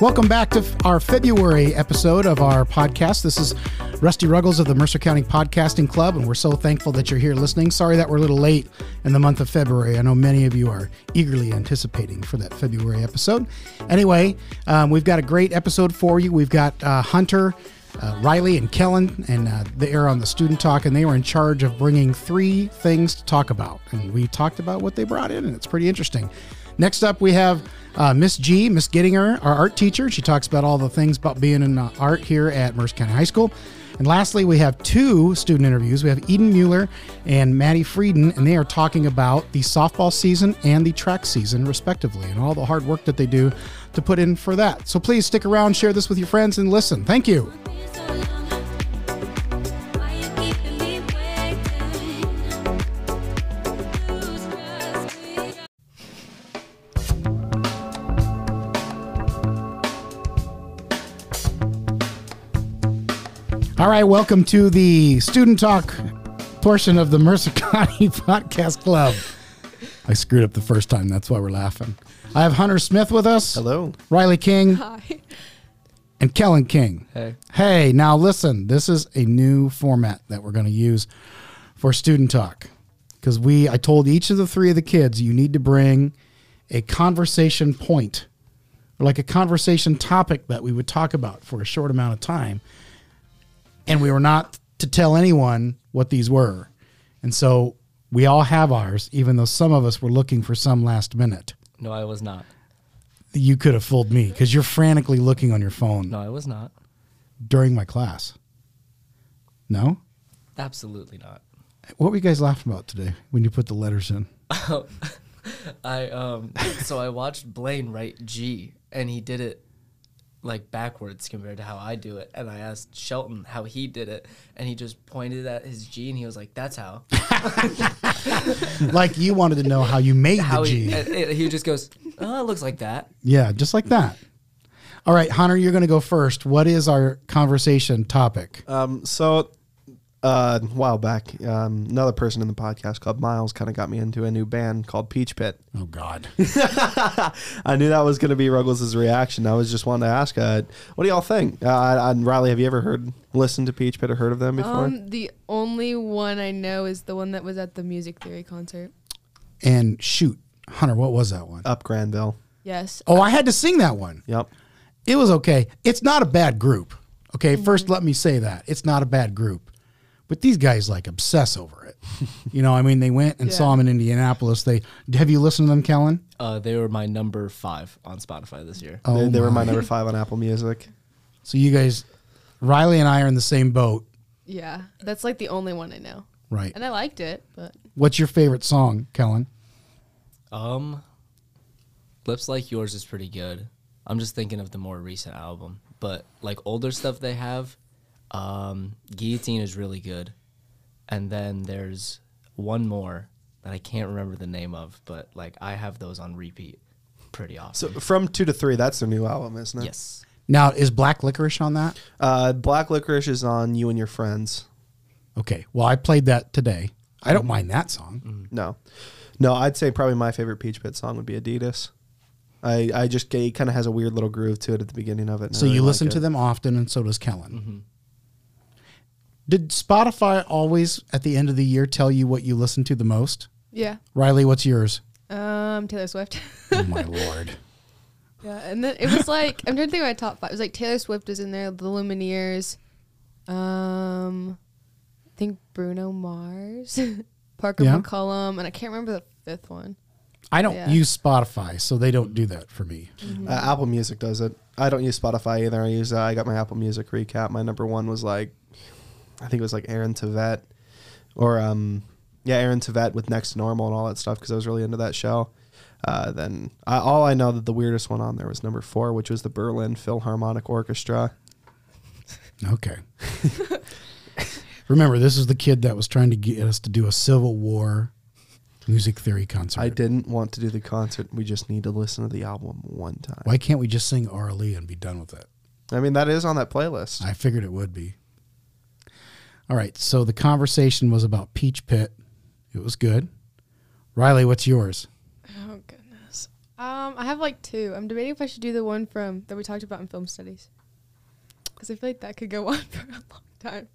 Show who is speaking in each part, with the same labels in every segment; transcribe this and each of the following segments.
Speaker 1: Welcome back to f- our February episode of our podcast. This is Rusty Ruggles of the Mercer County Podcasting Club, and we're so thankful that you're here listening. Sorry that we're a little late in the month of February. I know many of you are eagerly anticipating for that February episode. Anyway, um, we've got a great episode for you. We've got uh, Hunter. Uh, Riley and Kellen, and uh, they are on the student talk, and they were in charge of bringing three things to talk about. And we talked about what they brought in, and it's pretty interesting. Next up, we have uh, Miss G, Miss Gettinger, our art teacher. She talks about all the things about being in uh, art here at Mercer County High School. And lastly, we have two student interviews. We have Eden Mueller and Maddie Frieden, and they are talking about the softball season and the track season, respectively, and all the hard work that they do to put in for that. So please stick around, share this with your friends, and listen. Thank you. All right, welcome to the student talk portion of the Mercer County Podcast Club. I screwed up the first time. That's why we're laughing. I have Hunter Smith with us.
Speaker 2: Hello.
Speaker 1: Riley King
Speaker 3: Hi.
Speaker 1: and Kellen King.
Speaker 2: Hey.
Speaker 1: Hey, now listen, this is a new format that we're going to use for student talk because we I told each of the three of the kids you need to bring a conversation point or like a conversation topic that we would talk about for a short amount of time and we were not to tell anyone what these were. And so we all have ours even though some of us were looking for some last minute.
Speaker 2: No, I was not.
Speaker 1: You could have fooled me because you're frantically looking on your phone
Speaker 2: No, I was not.
Speaker 1: during my class. No?
Speaker 2: Absolutely not.
Speaker 1: What were you guys laughing about today when you put the letters in?
Speaker 2: I um so I watched Blaine write G and he did it like backwards compared to how I do it and I asked Shelton how he did it and he just pointed at his G and he was like that's how
Speaker 1: like you wanted to know how you made
Speaker 2: how
Speaker 1: the G.
Speaker 2: he and- and he just goes oh it looks like that
Speaker 1: yeah, just like that. All right, Hunter, you're going to go first. What is our conversation topic?
Speaker 4: Um, so uh, a while back, um, another person in the podcast club, Miles, kind of got me into a new band called Peach Pit.
Speaker 1: oh God,
Speaker 4: I knew that was going to be Ruggles' reaction. I was just wanting to ask, uh, what do y'all think? Uh, I- and Riley, have you ever heard, listened to Peach Pit or heard of them before?
Speaker 3: Um, the only one I know is the one that was at the music theory concert.
Speaker 1: and shoot, Hunter, what was that one?
Speaker 4: Up Granville.
Speaker 3: Yes.
Speaker 1: oh, I had to sing that one.
Speaker 4: Yep.
Speaker 1: It was okay. It's not a bad group. Okay, first let me say that it's not a bad group, but these guys like obsess over it. you know, I mean, they went and saw
Speaker 3: Yeah.
Speaker 1: him in Indianapolis. They have you listened to them, Kellen?
Speaker 2: uh, they were my number five on Spotify this year
Speaker 1: Oh,
Speaker 4: they, they were my number five on Apple Music.
Speaker 1: So you guys, Riley and I are in the same boat,
Speaker 3: Yeah. That's like the only one I know.
Speaker 1: right?
Speaker 3: And I liked it, but
Speaker 1: What's your favorite song, Kellen?
Speaker 2: um lips like yours is pretty good I'm just thinking of the more recent album but like older stuff they have um guillotine is really good and then there's one more that I can't remember the name of but like I have those on repeat pretty
Speaker 4: So uh,
Speaker 2: often
Speaker 4: from two to three, that's their new album, isn't it?
Speaker 2: yes
Speaker 1: Now, is Black Licorice on that?
Speaker 4: Uh, Black Licorice is on You and Your Friends.
Speaker 1: Okay. Well, I played that today. I don't mind that song.
Speaker 4: No, no. I'd say probably my favorite Peach Pit song would be Adidas. I I just it kind of has a weird little groove to it at the beginning of it. and I
Speaker 1: So
Speaker 4: really
Speaker 1: you
Speaker 4: like
Speaker 1: listen
Speaker 4: it.
Speaker 1: to them often, and so does Kellen. Did Spotify always at the end of the year tell you what you listen to the most?
Speaker 3: yeah.
Speaker 1: Riley, what's yours?
Speaker 3: Um, Taylor Swift.
Speaker 1: oh my lord.
Speaker 3: yeah. And then it was like I'm trying to think of my top five. It was like Taylor Swift was in there, the Lumineers. Um I think Bruno Mars, Parker
Speaker 1: Yeah.
Speaker 3: McCollum, and I can't remember the fifth one.
Speaker 1: I don't
Speaker 3: Yeah.
Speaker 1: use Spotify, so they don't do that for me.
Speaker 4: Uh, Apple Music does it. I don't use Spotify either. I use uh, I got my Apple Music recap. My number one was like, I think it was like Aaron Tveit, or um yeah Aaron Tveit with Next to Normal and all that stuff because I was really into that show. Uh, then I, all I know that the weirdest one on there was number four, which was the Berlin Philharmonic Orchestra.
Speaker 1: Okay. Remember, this is the kid that was trying to get us to do a Civil War music theory concert.
Speaker 4: I didn't want to do the concert. We just need to listen to the album one time.
Speaker 1: Why can't we just sing R. Lee and be done with it?
Speaker 4: I mean, that is on that playlist.
Speaker 1: I figured it would be. All right. So the conversation was about Peach Pit. It was good. Riley, what's yours?
Speaker 3: Oh goodness. Um, I have like two. I'm debating if I should do the one from that we talked about in film studies, because I feel like that could go on for a long time.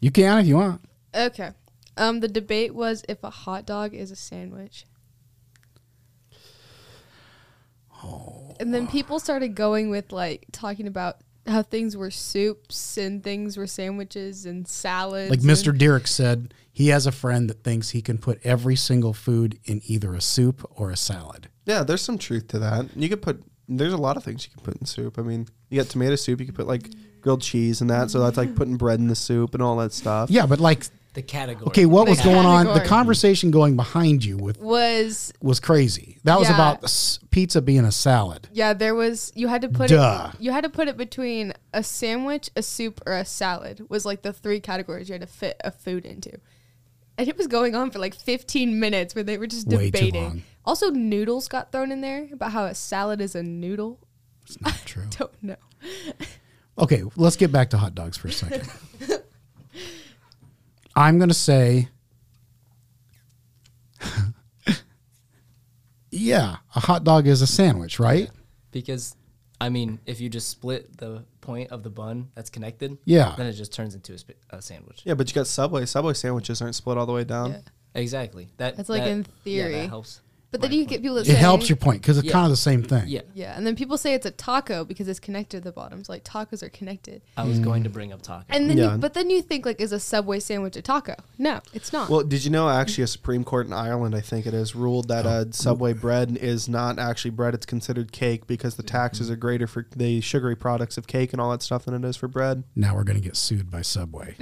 Speaker 1: You can if you want.
Speaker 3: Okay. Um, the debate was if a hot dog is a sandwich. And then people started going with like talking about how things were soups and things were sandwiches and salads.
Speaker 1: Like
Speaker 3: and-
Speaker 1: Mr. Dirk said, he has a friend that thinks he can put every single food in either a soup or a salad.
Speaker 4: Yeah, there's some truth to that. You could put there's a lot of things you can put in soup. I mean, you got tomato soup. You could put like grilled cheese in that. So that's like putting bread in the soup and all that stuff.
Speaker 1: Yeah, but like,
Speaker 2: The category.
Speaker 1: okay, what
Speaker 3: The
Speaker 1: was going on? The
Speaker 3: category.
Speaker 1: conversation going behind you with
Speaker 3: was
Speaker 1: was crazy. That was
Speaker 3: Yeah.
Speaker 1: about s- pizza being a salad.
Speaker 3: yeah there was you had to put
Speaker 1: Duh.
Speaker 3: it you had to put it between a sandwich, a soup, or a salad was like the three categories you had to fit a food into. And it was going on for like 15 minutes where they were just
Speaker 1: Way too
Speaker 3: debating.
Speaker 1: long.
Speaker 3: Also noodles got thrown in there about how a salad is a noodle.
Speaker 1: It's not true.
Speaker 3: Don't know.
Speaker 1: Okay, let's get back to hot dogs for a second. I'm going to say, yeah, a hot dog is a sandwich, right?
Speaker 2: Because, I mean, if you just split the point of the bun that's connected,
Speaker 1: Yeah.
Speaker 2: then it just turns into a, sp- a sandwich.
Speaker 4: Yeah, but you got Subway. Subway sandwiches aren't split all the way down.
Speaker 3: Yeah.
Speaker 2: Exactly. That
Speaker 3: That's like
Speaker 2: that-
Speaker 3: in
Speaker 2: Yeah,
Speaker 3: theory.
Speaker 2: that helps.
Speaker 3: But then
Speaker 2: my
Speaker 3: you
Speaker 2: point.
Speaker 3: get people that
Speaker 1: It
Speaker 3: say
Speaker 1: helps your point because it's
Speaker 2: Yeah.
Speaker 1: kind of the same thing.
Speaker 2: Yeah,
Speaker 3: Yeah, and then people say it's a taco because it's connected to the bottoms. Like tacos are connected.
Speaker 2: I was going to bring up taco.
Speaker 3: And then
Speaker 4: Yeah.
Speaker 3: you, but then you think like is a Subway sandwich a taco? No, it's not.
Speaker 4: Well, did you know actually a Supreme Court in Ireland, I think it is, ruled that uh, Subway bread is not actually bread; it's considered cake because the taxes are greater for the sugary products of cake and all that stuff than it is for bread.
Speaker 1: Now we're going to get sued by Subway.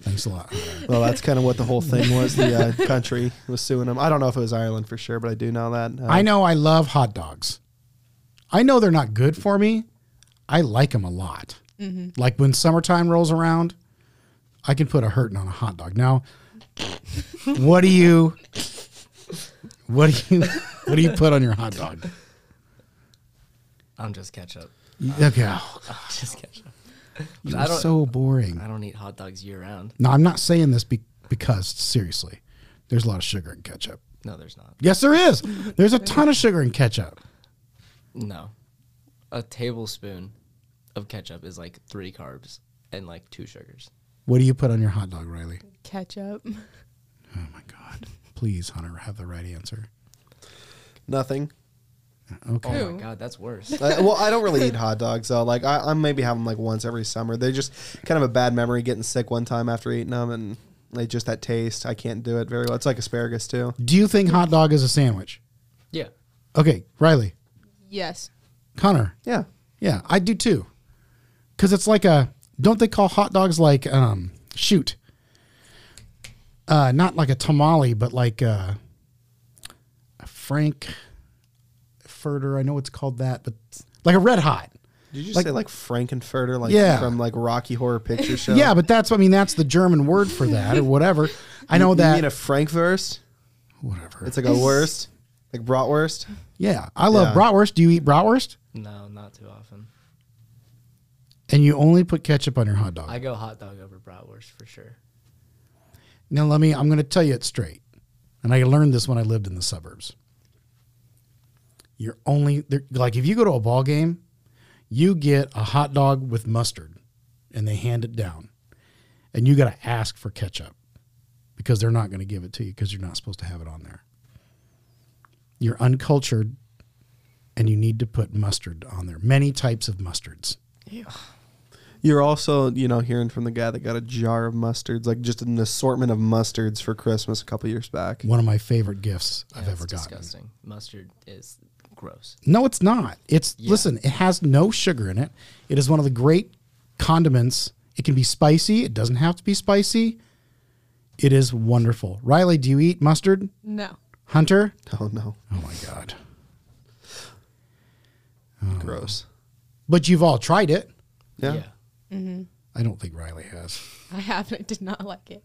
Speaker 1: Thanks a lot.
Speaker 4: Well, that's kind of what the whole thing was. The uh, country was suing them. I don't know if it was Ireland for sure, but I do know that. Uh,
Speaker 1: I know I love hot dogs. I know they're not good for me. I like them a lot.
Speaker 3: Mm-hmm.
Speaker 1: Like when summertime rolls around, I can put a hurting on a hot dog. Now, what do you, what do you, what do you put on your hot dog?
Speaker 2: I'm just ketchup.
Speaker 1: Okay, oh,
Speaker 2: I'm just ketchup.
Speaker 1: you're
Speaker 2: I don't-
Speaker 1: so boring.
Speaker 2: I don't eat hot dogs year round.
Speaker 1: No, I'm not saying this be, because seriously, there's a lot of sugar in ketchup.
Speaker 2: No, there's not.
Speaker 1: Yes, there is. There's a ton of sugar in ketchup.
Speaker 2: No. A tablespoon of ketchup is like three carbs and like two sugars.
Speaker 1: What do you put on your hot dog, Riley?
Speaker 3: Ketchup.
Speaker 1: Oh my God! Please, Hunter, have the right answer.
Speaker 4: nothing.
Speaker 1: Uh, Okay.
Speaker 2: Oh
Speaker 3: Ew.
Speaker 2: my god, that's worse.
Speaker 4: Uh, well, I don't really eat hot dogs though. Like I, I maybe have them like once every summer. They're just kind of a bad memory getting sick one time after eating them, and like just that taste. I can't do it very well. It's like asparagus too.
Speaker 1: Do you think hot dog is a sandwich?
Speaker 2: yeah.
Speaker 1: Okay, Riley,
Speaker 3: Yes.
Speaker 1: Connor.
Speaker 4: Yeah,
Speaker 1: Yeah, I do too. Cause it's like a don't they call hot dogs like um shoot. Uh not like a tamale, but like uh a Frank Furter, I know it's called that, but like a red hot.
Speaker 4: Did you
Speaker 1: Like-
Speaker 4: say like Frankenfurter, like
Speaker 1: Yeah.
Speaker 4: from like Rocky Horror Picture Show?
Speaker 1: Yeah, but that's I mean that's the German word for that or whatever. I know
Speaker 4: you,
Speaker 1: that
Speaker 4: You mean a Frankverse?
Speaker 1: whatever.
Speaker 4: It's like a worst, like bratwurst.
Speaker 1: yeah, I love
Speaker 4: Yeah.
Speaker 1: bratwurst. Do you eat bratwurst?
Speaker 2: No, not too often.
Speaker 1: And you only put ketchup on your hot dog.
Speaker 2: I go hot dog over bratwurst for sure.
Speaker 1: Now, let me, I'm going to tell you it straight. And I learned this when I lived in the suburbs. You're only, they're- like, if you go to a ball game, you get a hot dog with mustard and they hand it down. And you got to ask for ketchup because they're not going to give it to you because you're not supposed to have it on there. You're uncultured and you need to put mustard on there, many types of mustards.
Speaker 4: You're also, you know, hearing from the guy that got a jar of mustards, like just an assortment of mustards for Christmas a couple years back.
Speaker 1: One of my favorite gifts
Speaker 2: Yeah,
Speaker 1: I've
Speaker 2: it's
Speaker 1: ever gotten.
Speaker 2: disgusting. Mustard is gross.
Speaker 1: No, it's not. It's
Speaker 2: Yeah.
Speaker 1: listen, it has no sugar in it. It is one of the great condiments. It can be spicy. It doesn't have to be spicy. It is wonderful. Riley, do you eat mustard?
Speaker 3: No.
Speaker 1: Hunter?
Speaker 4: Oh no,
Speaker 1: Oh my god. Oh.
Speaker 4: gross.
Speaker 1: But you've all tried it.
Speaker 4: Yeah.
Speaker 1: I don't think Riley has.
Speaker 3: Mm-hmm. I have and I did not like it.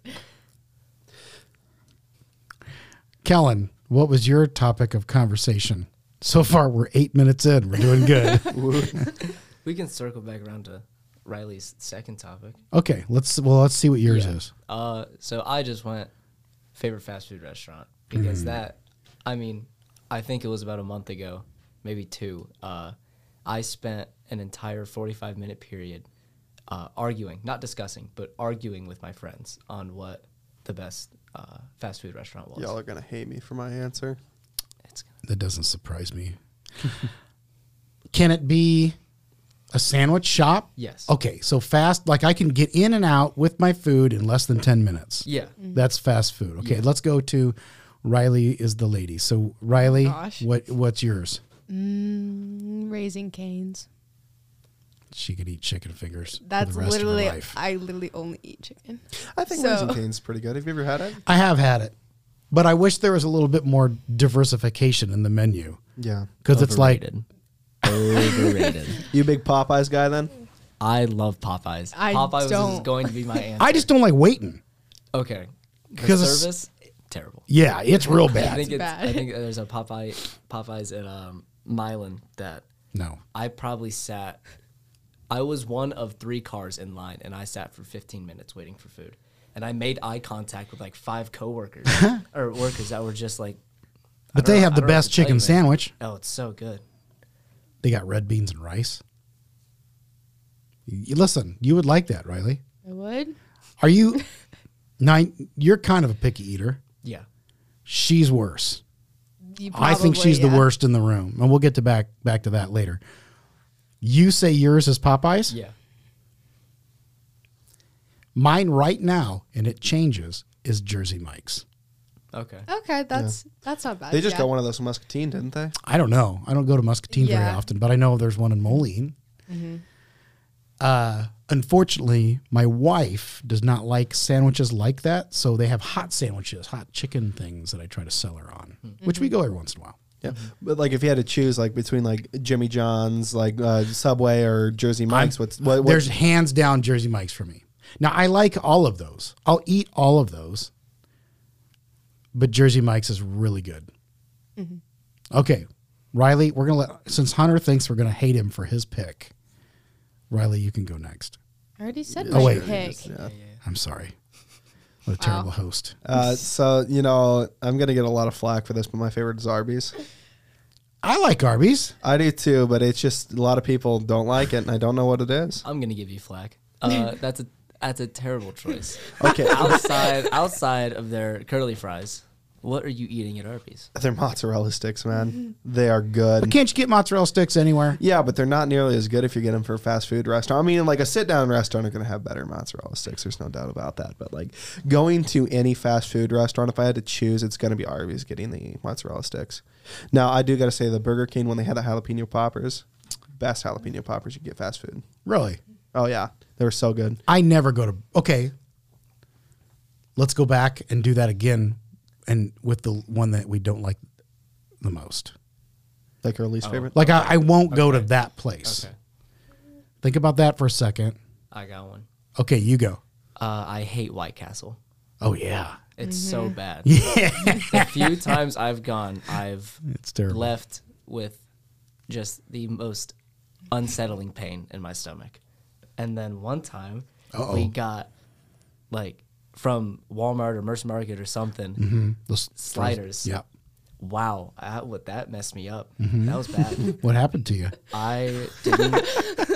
Speaker 1: Kellen, what was your topic of conversation? So far we're 8 minutes in. We're doing good.
Speaker 2: We can circle back around to Riley's second topic.
Speaker 1: okay, let's well let's see what yours
Speaker 2: Yeah.
Speaker 1: is. Mm-hmm.
Speaker 2: Uh, so I just went favorite fast food restaurant because that, I mean, I think it was about a month ago, maybe two. Uh, I spent an entire 45 minute period uh, arguing, not discussing, but arguing with my friends on what the best uh, fast food restaurant was.
Speaker 4: Y'all are gonna hate me for my answer.
Speaker 2: It's gonna-
Speaker 1: That doesn't surprise me. can it be a sandwich shop?
Speaker 2: yes.
Speaker 1: Okay, so fast, like I can get in and out with my food in less than 10 minutes.
Speaker 2: Yeah.
Speaker 1: That's fast food. Okay, let's go to Riley is the lady. So Riley,
Speaker 3: Gosh.
Speaker 1: what what's yours?
Speaker 3: Mm, raising canes.
Speaker 1: She could eat chicken fingers. for
Speaker 3: That's
Speaker 1: the rest
Speaker 3: literally.
Speaker 1: Of her life.
Speaker 3: I literally only eat chicken.
Speaker 4: I think
Speaker 3: So-
Speaker 4: raising cane's pretty good. Have you ever had it?
Speaker 1: I have had it, but I wish there was a little bit more diversification in the menu
Speaker 4: Yeah.
Speaker 1: because it's like
Speaker 2: Overrated. overrated.
Speaker 4: You a big Popeyes guy then?
Speaker 2: I love Popeyes.
Speaker 3: I
Speaker 2: Popeyes is
Speaker 3: don't.
Speaker 2: going to be my answer.
Speaker 1: I just don't like waiting.
Speaker 2: okay. The
Speaker 1: Because it's-
Speaker 2: service terrible.
Speaker 1: Yeah, it's real bad.
Speaker 2: I think
Speaker 3: It's
Speaker 2: it's, I
Speaker 3: bad.
Speaker 2: think there's a Popeye Popeyes at um, Milan that
Speaker 1: no,
Speaker 2: I probably sat. I was one of three cars in line, and I sat for 15 minutes waiting for food. And I made eye contact with like five coworkers or workers that were just like. I
Speaker 1: but
Speaker 2: don't
Speaker 1: they
Speaker 2: know-
Speaker 1: have
Speaker 2: I
Speaker 1: the
Speaker 2: don't know what
Speaker 1: best
Speaker 2: to tell you,
Speaker 1: chicken
Speaker 2: man.
Speaker 1: sandwich.
Speaker 2: Oh, it's so good.
Speaker 1: They got red beans and rice. Y- Listen, you would like that, Riley.
Speaker 3: I would.
Speaker 1: Are you? nine, you're kind of a picky eater.
Speaker 2: Yeah.
Speaker 1: She's worse.
Speaker 3: You
Speaker 1: I think
Speaker 3: probably-
Speaker 1: she's the
Speaker 3: yeah.
Speaker 1: worst in the room, and we'll get to back back to that later. You say yours is Popeyes.
Speaker 2: Yeah.
Speaker 1: Mine right now, and it changes, is Jersey Mike's.
Speaker 2: Okay.
Speaker 3: Okay, that's that's not bad.
Speaker 4: They just
Speaker 3: yeah.
Speaker 4: got one of those from Muscatine, didn't they?
Speaker 1: I don't know. I don't go to Muscatine very
Speaker 3: Yeah.
Speaker 1: often, but I know there's one in Moline.
Speaker 3: Mm-hmm.
Speaker 1: Uh, unfortunately, my wife does not like sandwiches like that, so they have hot sandwiches, hot chicken things that I try to sell her on, which we go every once in a while.
Speaker 4: Yeah. Mm-hmm. But like, if you had to choose, like between like Jimmy John's, like uh, Subway, or Jersey Mike's, what's what? what
Speaker 1: There's hands down Jersey Mike's for me. Now I like all of those. I'll eat all of those, but Jersey Mike's is really good. Mm-hmm. Okay, Riley, we're gonna let since Hunter thinks we're gonna hate him for his pick. Riley, you can go next.
Speaker 3: I already said
Speaker 1: Oh,
Speaker 3: my
Speaker 1: wait.
Speaker 3: pick.
Speaker 4: Yeah.
Speaker 1: I'm sorry. What a terrible host.
Speaker 4: Uh, so you know, I'm gonna get a lot of flack for this, but my favorite is Arby's.
Speaker 1: I like Arby's.
Speaker 4: I do too, but it's just a lot of people don't like it, and I don't know what it is.
Speaker 2: I'm gonna give you flack. Uh, that's a that's a terrible choice.
Speaker 4: Okay,
Speaker 2: outside outside of their curly fries, what are you eating at Arby's?
Speaker 4: they're mozzarella sticks,
Speaker 3: Mm-hmm.
Speaker 4: man. They are
Speaker 1: But
Speaker 4: good.
Speaker 1: can't you get mozzarella sticks anywhere?
Speaker 4: Yeah, but they're not nearly as good if you get them for a fast food restaurant. I mean, like a sit down restaurant are going to have better mozzarella sticks. There's no doubt about that. But like going to any fast food restaurant, if I had to choose, it's going to be Arby's getting the mozzarella sticks. Now, I do got to say the Burger King when they had the jalapeno poppers, best jalapeno poppers you can get fast food.
Speaker 1: Really?
Speaker 4: Oh yeah, they were so good.
Speaker 1: I never go to. Okay, let's go back and do that again, and with the one that we don't like the most.
Speaker 4: Like our least favorite.
Speaker 1: Like I, I won't go to that place.
Speaker 2: Oh. Okay.
Speaker 1: Think about that for a second.
Speaker 2: I got one.
Speaker 1: Okay, you go.
Speaker 2: Uh, I hate White Castle.
Speaker 1: Oh yeah,
Speaker 2: It's so bad. the few times I've gone, I've
Speaker 1: It's terrible.
Speaker 2: left with just the most unsettling pain in my stomach. And then one time we got like from Walmart or Mercer Market or something
Speaker 1: The s-
Speaker 2: sliders.
Speaker 1: Mm-hmm. Yeah. Mm-hmm.
Speaker 2: Wow, I, what that messed me up.
Speaker 4: Mm-hmm.
Speaker 2: That was bad.
Speaker 1: What happened to you?
Speaker 2: I didn't.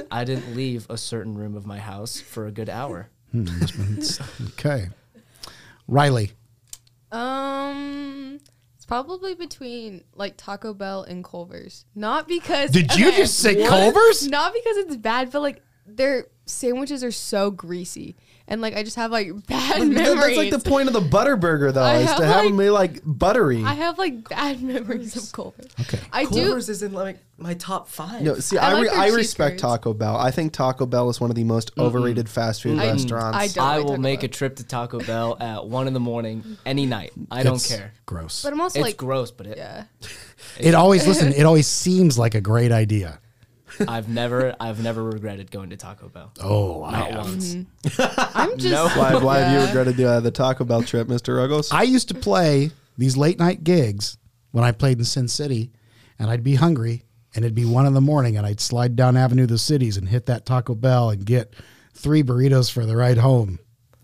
Speaker 2: I didn't leave a certain room of my house for a good hour.
Speaker 1: Hmm, Okay, Riley.
Speaker 3: Um, it's probably between like Taco Bell and Culver's. Not because
Speaker 1: Did you just say Culver's?
Speaker 3: Not because it's bad, but like their sandwiches are so greasy, and like I just have like bad
Speaker 4: Th-
Speaker 3: memories.
Speaker 4: That's like the point of the butter burger though,
Speaker 3: I
Speaker 4: is to
Speaker 3: have,
Speaker 4: have
Speaker 3: like-
Speaker 4: them be like buttery.
Speaker 3: I have like bad memories of Culver's.
Speaker 1: Okay.
Speaker 3: I do.
Speaker 2: Culver's is in like my top five.
Speaker 4: No, see,
Speaker 3: I
Speaker 4: I,
Speaker 3: like
Speaker 4: re-
Speaker 3: their
Speaker 4: I
Speaker 3: cheese
Speaker 4: respect
Speaker 3: curds.
Speaker 4: Taco Bell. I think Taco Bell is one of the most overrated fast food restaurants.
Speaker 3: I don't.
Speaker 2: I
Speaker 3: like
Speaker 2: will
Speaker 3: Taco
Speaker 2: make
Speaker 3: Bell.
Speaker 2: a trip to Taco Bell at one in the morning any night. I
Speaker 1: It's
Speaker 2: don't care.
Speaker 1: Gross.
Speaker 3: But I'm also
Speaker 2: It's
Speaker 3: like,
Speaker 2: gross, but it,
Speaker 3: yeah.
Speaker 1: It always listen. It always seems like a great idea.
Speaker 2: I've never, I've never regretted going to Taco Bell.
Speaker 1: Oh,
Speaker 2: Not
Speaker 1: I,
Speaker 2: once.
Speaker 3: Mm-hmm. I'm just.
Speaker 4: Why, why have you
Speaker 3: Yeah.
Speaker 4: regretted the, uh, the Taco Bell trip, Mr. Ruggles?
Speaker 1: I used to play these late night gigs when I played in Sin City, and I'd be hungry, and it'd be one in the morning, and I'd slide down Avenue of the Cities and hit that Taco Bell and get three burritos for the ride home.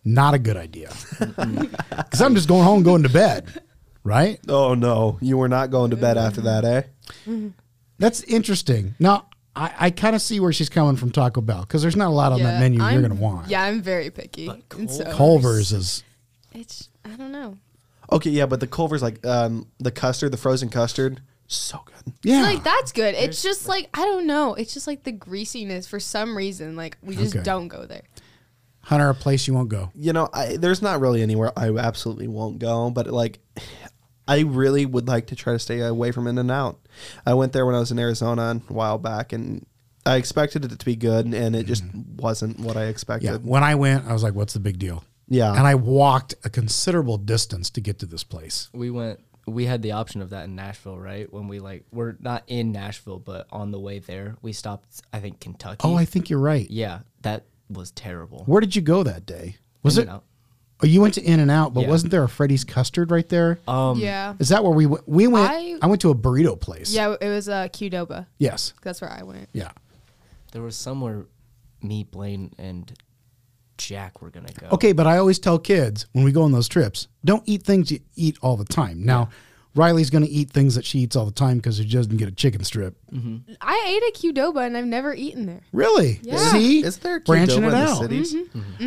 Speaker 1: Not a good idea. Because I'm just going home, going to bed. right?
Speaker 4: Oh no, you were not going to bed after that, eh?
Speaker 1: That's interesting. Now, I, I kind of see where she's coming from Taco Bell because there's not a lot on that menu
Speaker 3: I'm-
Speaker 1: you're going to want.
Speaker 3: Yeah, I'm very picky.
Speaker 2: But
Speaker 3: and so
Speaker 1: Culver's is
Speaker 3: It's I don't know.
Speaker 4: Okay, yeah, but the Culver's like um, the custard, the frozen custard, so good.
Speaker 1: yeah.
Speaker 3: Like that's good. It's just like I don't know. It's just like the greasiness for some reason. Like we just
Speaker 1: Okay.
Speaker 3: don't go there.
Speaker 1: Hunter, a place you won't go.
Speaker 4: You know, I, there's not really anywhere I absolutely won't go, but like, I really would like to try to stay away from In and Out. I went there when I was in Arizona a while back, and I expected it to be good, and it just wasn't what I expected.
Speaker 1: Mm-hmm. Yeah. When I went, I was like, what's the big deal?
Speaker 4: Yeah.
Speaker 1: And I walked a considerable distance to get to this place.
Speaker 2: we went we had the option of that in Nashville, right? When we like we're not in Nashville, but on the way there, we stopped I think Kentucky.
Speaker 1: Oh, I think you're right.
Speaker 2: yeah, that was terrible.
Speaker 1: Where did you go that day? Was it?
Speaker 2: You know?
Speaker 1: Oh, you went to In and Out, but
Speaker 2: Yeah.
Speaker 1: wasn't there a Freddy's Custard right there? Is
Speaker 2: Um
Speaker 3: yeah.
Speaker 1: that where we went? We went. I,
Speaker 3: I-
Speaker 1: went to a burrito place.
Speaker 3: Yeah, it was uh Qdoba.
Speaker 1: Yes.
Speaker 3: That's where I went.
Speaker 1: Yeah.
Speaker 2: there was somewhere me, Blaine and Jack were gonna go.
Speaker 1: Okay, but I always tell kids when we go on those trips, don't eat things you eat all the time. Now, Riley's going to eat things that she eats all the time because she doesn't get a chicken strip. Mm-hmm.
Speaker 3: I ate at Qdoba and I've never eaten there.
Speaker 1: Really?
Speaker 3: Yeah. Mm-hmm.
Speaker 1: See,
Speaker 4: Is there a
Speaker 1: branching
Speaker 4: Qdoba
Speaker 1: it
Speaker 4: in the
Speaker 1: out?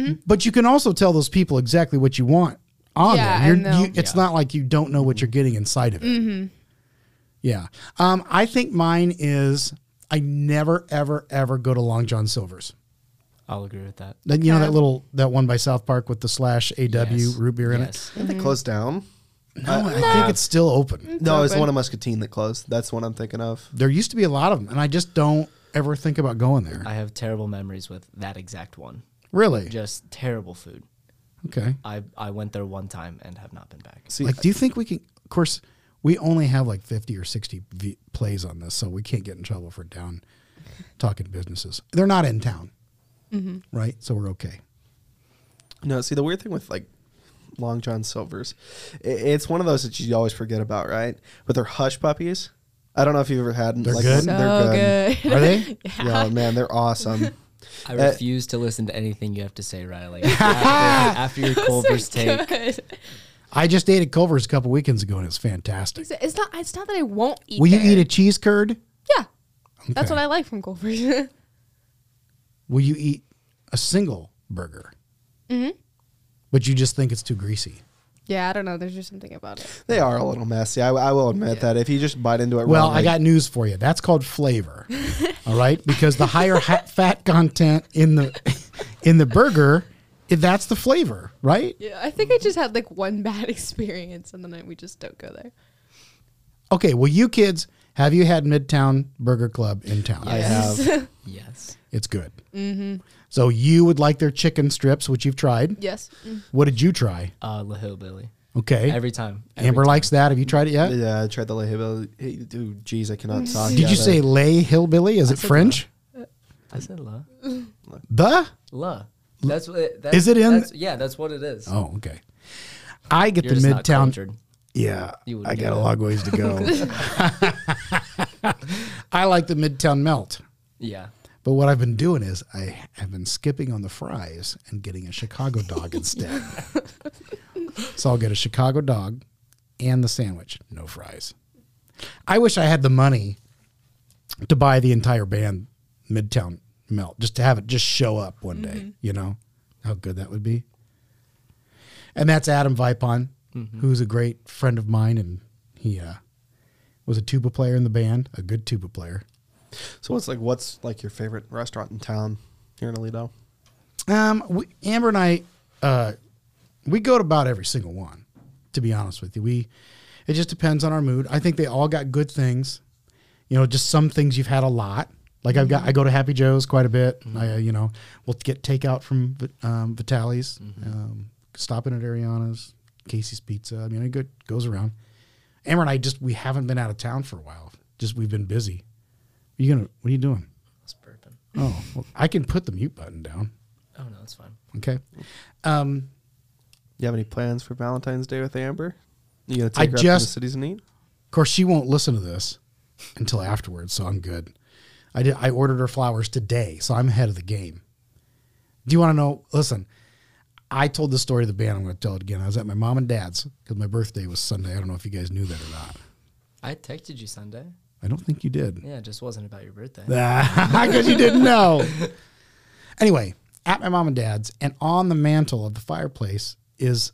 Speaker 4: cities?
Speaker 1: But you can also tell those people exactly what you want on
Speaker 3: Yeah,
Speaker 1: there.
Speaker 3: and
Speaker 1: You're- you
Speaker 3: they'll- Mm-hmm.
Speaker 1: it's not like you don't know what you're getting inside of it. Yeah. Um, I think mine is I never, ever, ever go to Long John Silver's.
Speaker 2: I'll agree with that.
Speaker 1: Then you know
Speaker 3: Okay.
Speaker 1: that little that one by South Park with the slash AW
Speaker 2: Yes.
Speaker 1: root beer in
Speaker 2: Yes.
Speaker 4: Didn't
Speaker 3: Mm-hmm.
Speaker 4: they close down?
Speaker 1: it. No, I think it's still open.
Speaker 4: No, it's the
Speaker 3: open.
Speaker 4: one in Muscatine that closed. That's one I'm thinking of.
Speaker 1: There used to be a lot of them, and I just don't ever think about going there.
Speaker 2: I have terrible memories with that exact one.
Speaker 1: really?
Speaker 2: Just terrible food.
Speaker 1: Okay. uh,
Speaker 2: I I went there one time and have not been back.
Speaker 4: See,
Speaker 1: Like, do you think we can? Of course, we only have like fifty or sixty v- plays on this, so we can't get in trouble for down talking businesses. They're not in town,
Speaker 3: Mm-hmm.
Speaker 1: right? So we're okay.
Speaker 4: No, see the weird thing with like Long John Silver's, i- it's one of those that you always forget about, right? But they're hush puppies. I don't know if you've ever had.
Speaker 1: They're
Speaker 4: like,
Speaker 1: good?
Speaker 4: one-
Speaker 3: So good.
Speaker 1: Are they?
Speaker 4: Yeah, oh, man, they're awesome.
Speaker 2: I
Speaker 4: Uh,
Speaker 2: refuse to listen to anything you have to say, Riley. After, after your Culver's take,
Speaker 3: Good.
Speaker 1: I just ate at Culver's a couple weekends ago, and it's fantastic.
Speaker 3: It's, it's not. It's not that I won't eat.
Speaker 1: Will you
Speaker 3: there.
Speaker 1: eat a cheese curd?
Speaker 3: Yeah, that's
Speaker 1: Okay.
Speaker 3: what I like from Culver's. Mm-hmm.
Speaker 1: Will you eat a single burger?
Speaker 3: Mhm.
Speaker 1: But you just think it's too greasy.
Speaker 3: yeah, I don't know. There's just something about it.
Speaker 4: They are a little messy. I, I will admit that. If you just bite into it,
Speaker 1: Well,
Speaker 4: wrong,
Speaker 1: I
Speaker 4: like-
Speaker 1: got news for you. That's called flavor. all right, because the higher ha- fat content in the in the burger, i- that's the flavor, right?
Speaker 3: Yeah, I think I just had like one bad experience, and then I, we just don't go there.
Speaker 1: Okay. Well, you kids, have you had Midtown Burger Club in town?
Speaker 4: I have.
Speaker 2: yes,
Speaker 1: It's good. Mm-hmm. So you would like their chicken strips, which you've tried.
Speaker 3: Yes.
Speaker 1: What did you try?
Speaker 2: uh, La Hillbilly.
Speaker 1: Okay.
Speaker 2: Every time. Every
Speaker 1: Amber
Speaker 2: time.
Speaker 1: likes that. Have you tried it yet?
Speaker 4: Yeah, I tried the lahibil. Hey, dude, jeez, I cannot talk.
Speaker 1: Did you say lay hillbilly? Is it French?
Speaker 2: I said La.
Speaker 1: The?
Speaker 2: La. That's what. It, that's,
Speaker 1: Is it in-
Speaker 2: That's, yeah, that's what it is.
Speaker 1: Oh, okay. I get
Speaker 2: You're
Speaker 1: the
Speaker 2: just not
Speaker 1: Midtown.
Speaker 2: cultured.
Speaker 1: Yeah,
Speaker 2: You would
Speaker 1: I
Speaker 2: get
Speaker 1: got a
Speaker 2: it.
Speaker 1: long ways to go. I like the Midtown Melt,
Speaker 2: Yeah.
Speaker 1: but what I've been doing is I have been skipping on the fries and getting a Chicago dog instead. so I'll get a Chicago dog and the sandwich, no fries. I wish I had the money to buy the entire band Midtown Melt, just to have it just show up one day. You know how good that would be. And that's Adam Vipon, who's a great friend of mine, and he uh, was a tuba player in the band, a good tuba player.
Speaker 4: So what's like? What's like your favorite restaurant in town here in Alito?
Speaker 1: Um, we, Amber and I, uh, we go to about every single one. To be honest with you, we it just depends on our mood. I think they all got good things. You know, just some things you've had a lot. Like I've got,
Speaker 2: Mm-hmm.
Speaker 1: I go to Happy Joe's quite a bit. I, uh, you know, we'll get takeout from Vi- um, Vitali's,
Speaker 2: Mm-hmm.
Speaker 1: um, stopping at Ariana's, Casey's Pizza. I mean, it good, goes around. Amber and I just we haven't been out of town for a while. Just we've been busy. You gonna? What are you doing?
Speaker 2: It's burping.
Speaker 1: Oh, well, I can put the mute button down.
Speaker 2: Oh no, it's fine.
Speaker 1: Okay. Um,
Speaker 4: You have any plans for Valentine's Day with Amber? You gonna
Speaker 1: I
Speaker 4: take her out to the
Speaker 1: just-
Speaker 4: cities and eat?
Speaker 1: of course, she won't listen to this until afterwards, so I'm good. I did. I ordered her flowers today, so I'm ahead of the game. Do you want to know? Listen, I told the story to the band. I'm going to tell it again. I was at my mom and dad's because my birthday was Sunday. I don't know if you guys knew that or not.
Speaker 2: I texted you Sunday.
Speaker 1: I don't think you did.
Speaker 2: Yeah, it just wasn't about your birthday.
Speaker 1: because you didn't know. Anyway, at my mom and dad's, and on the mantle of the fireplace is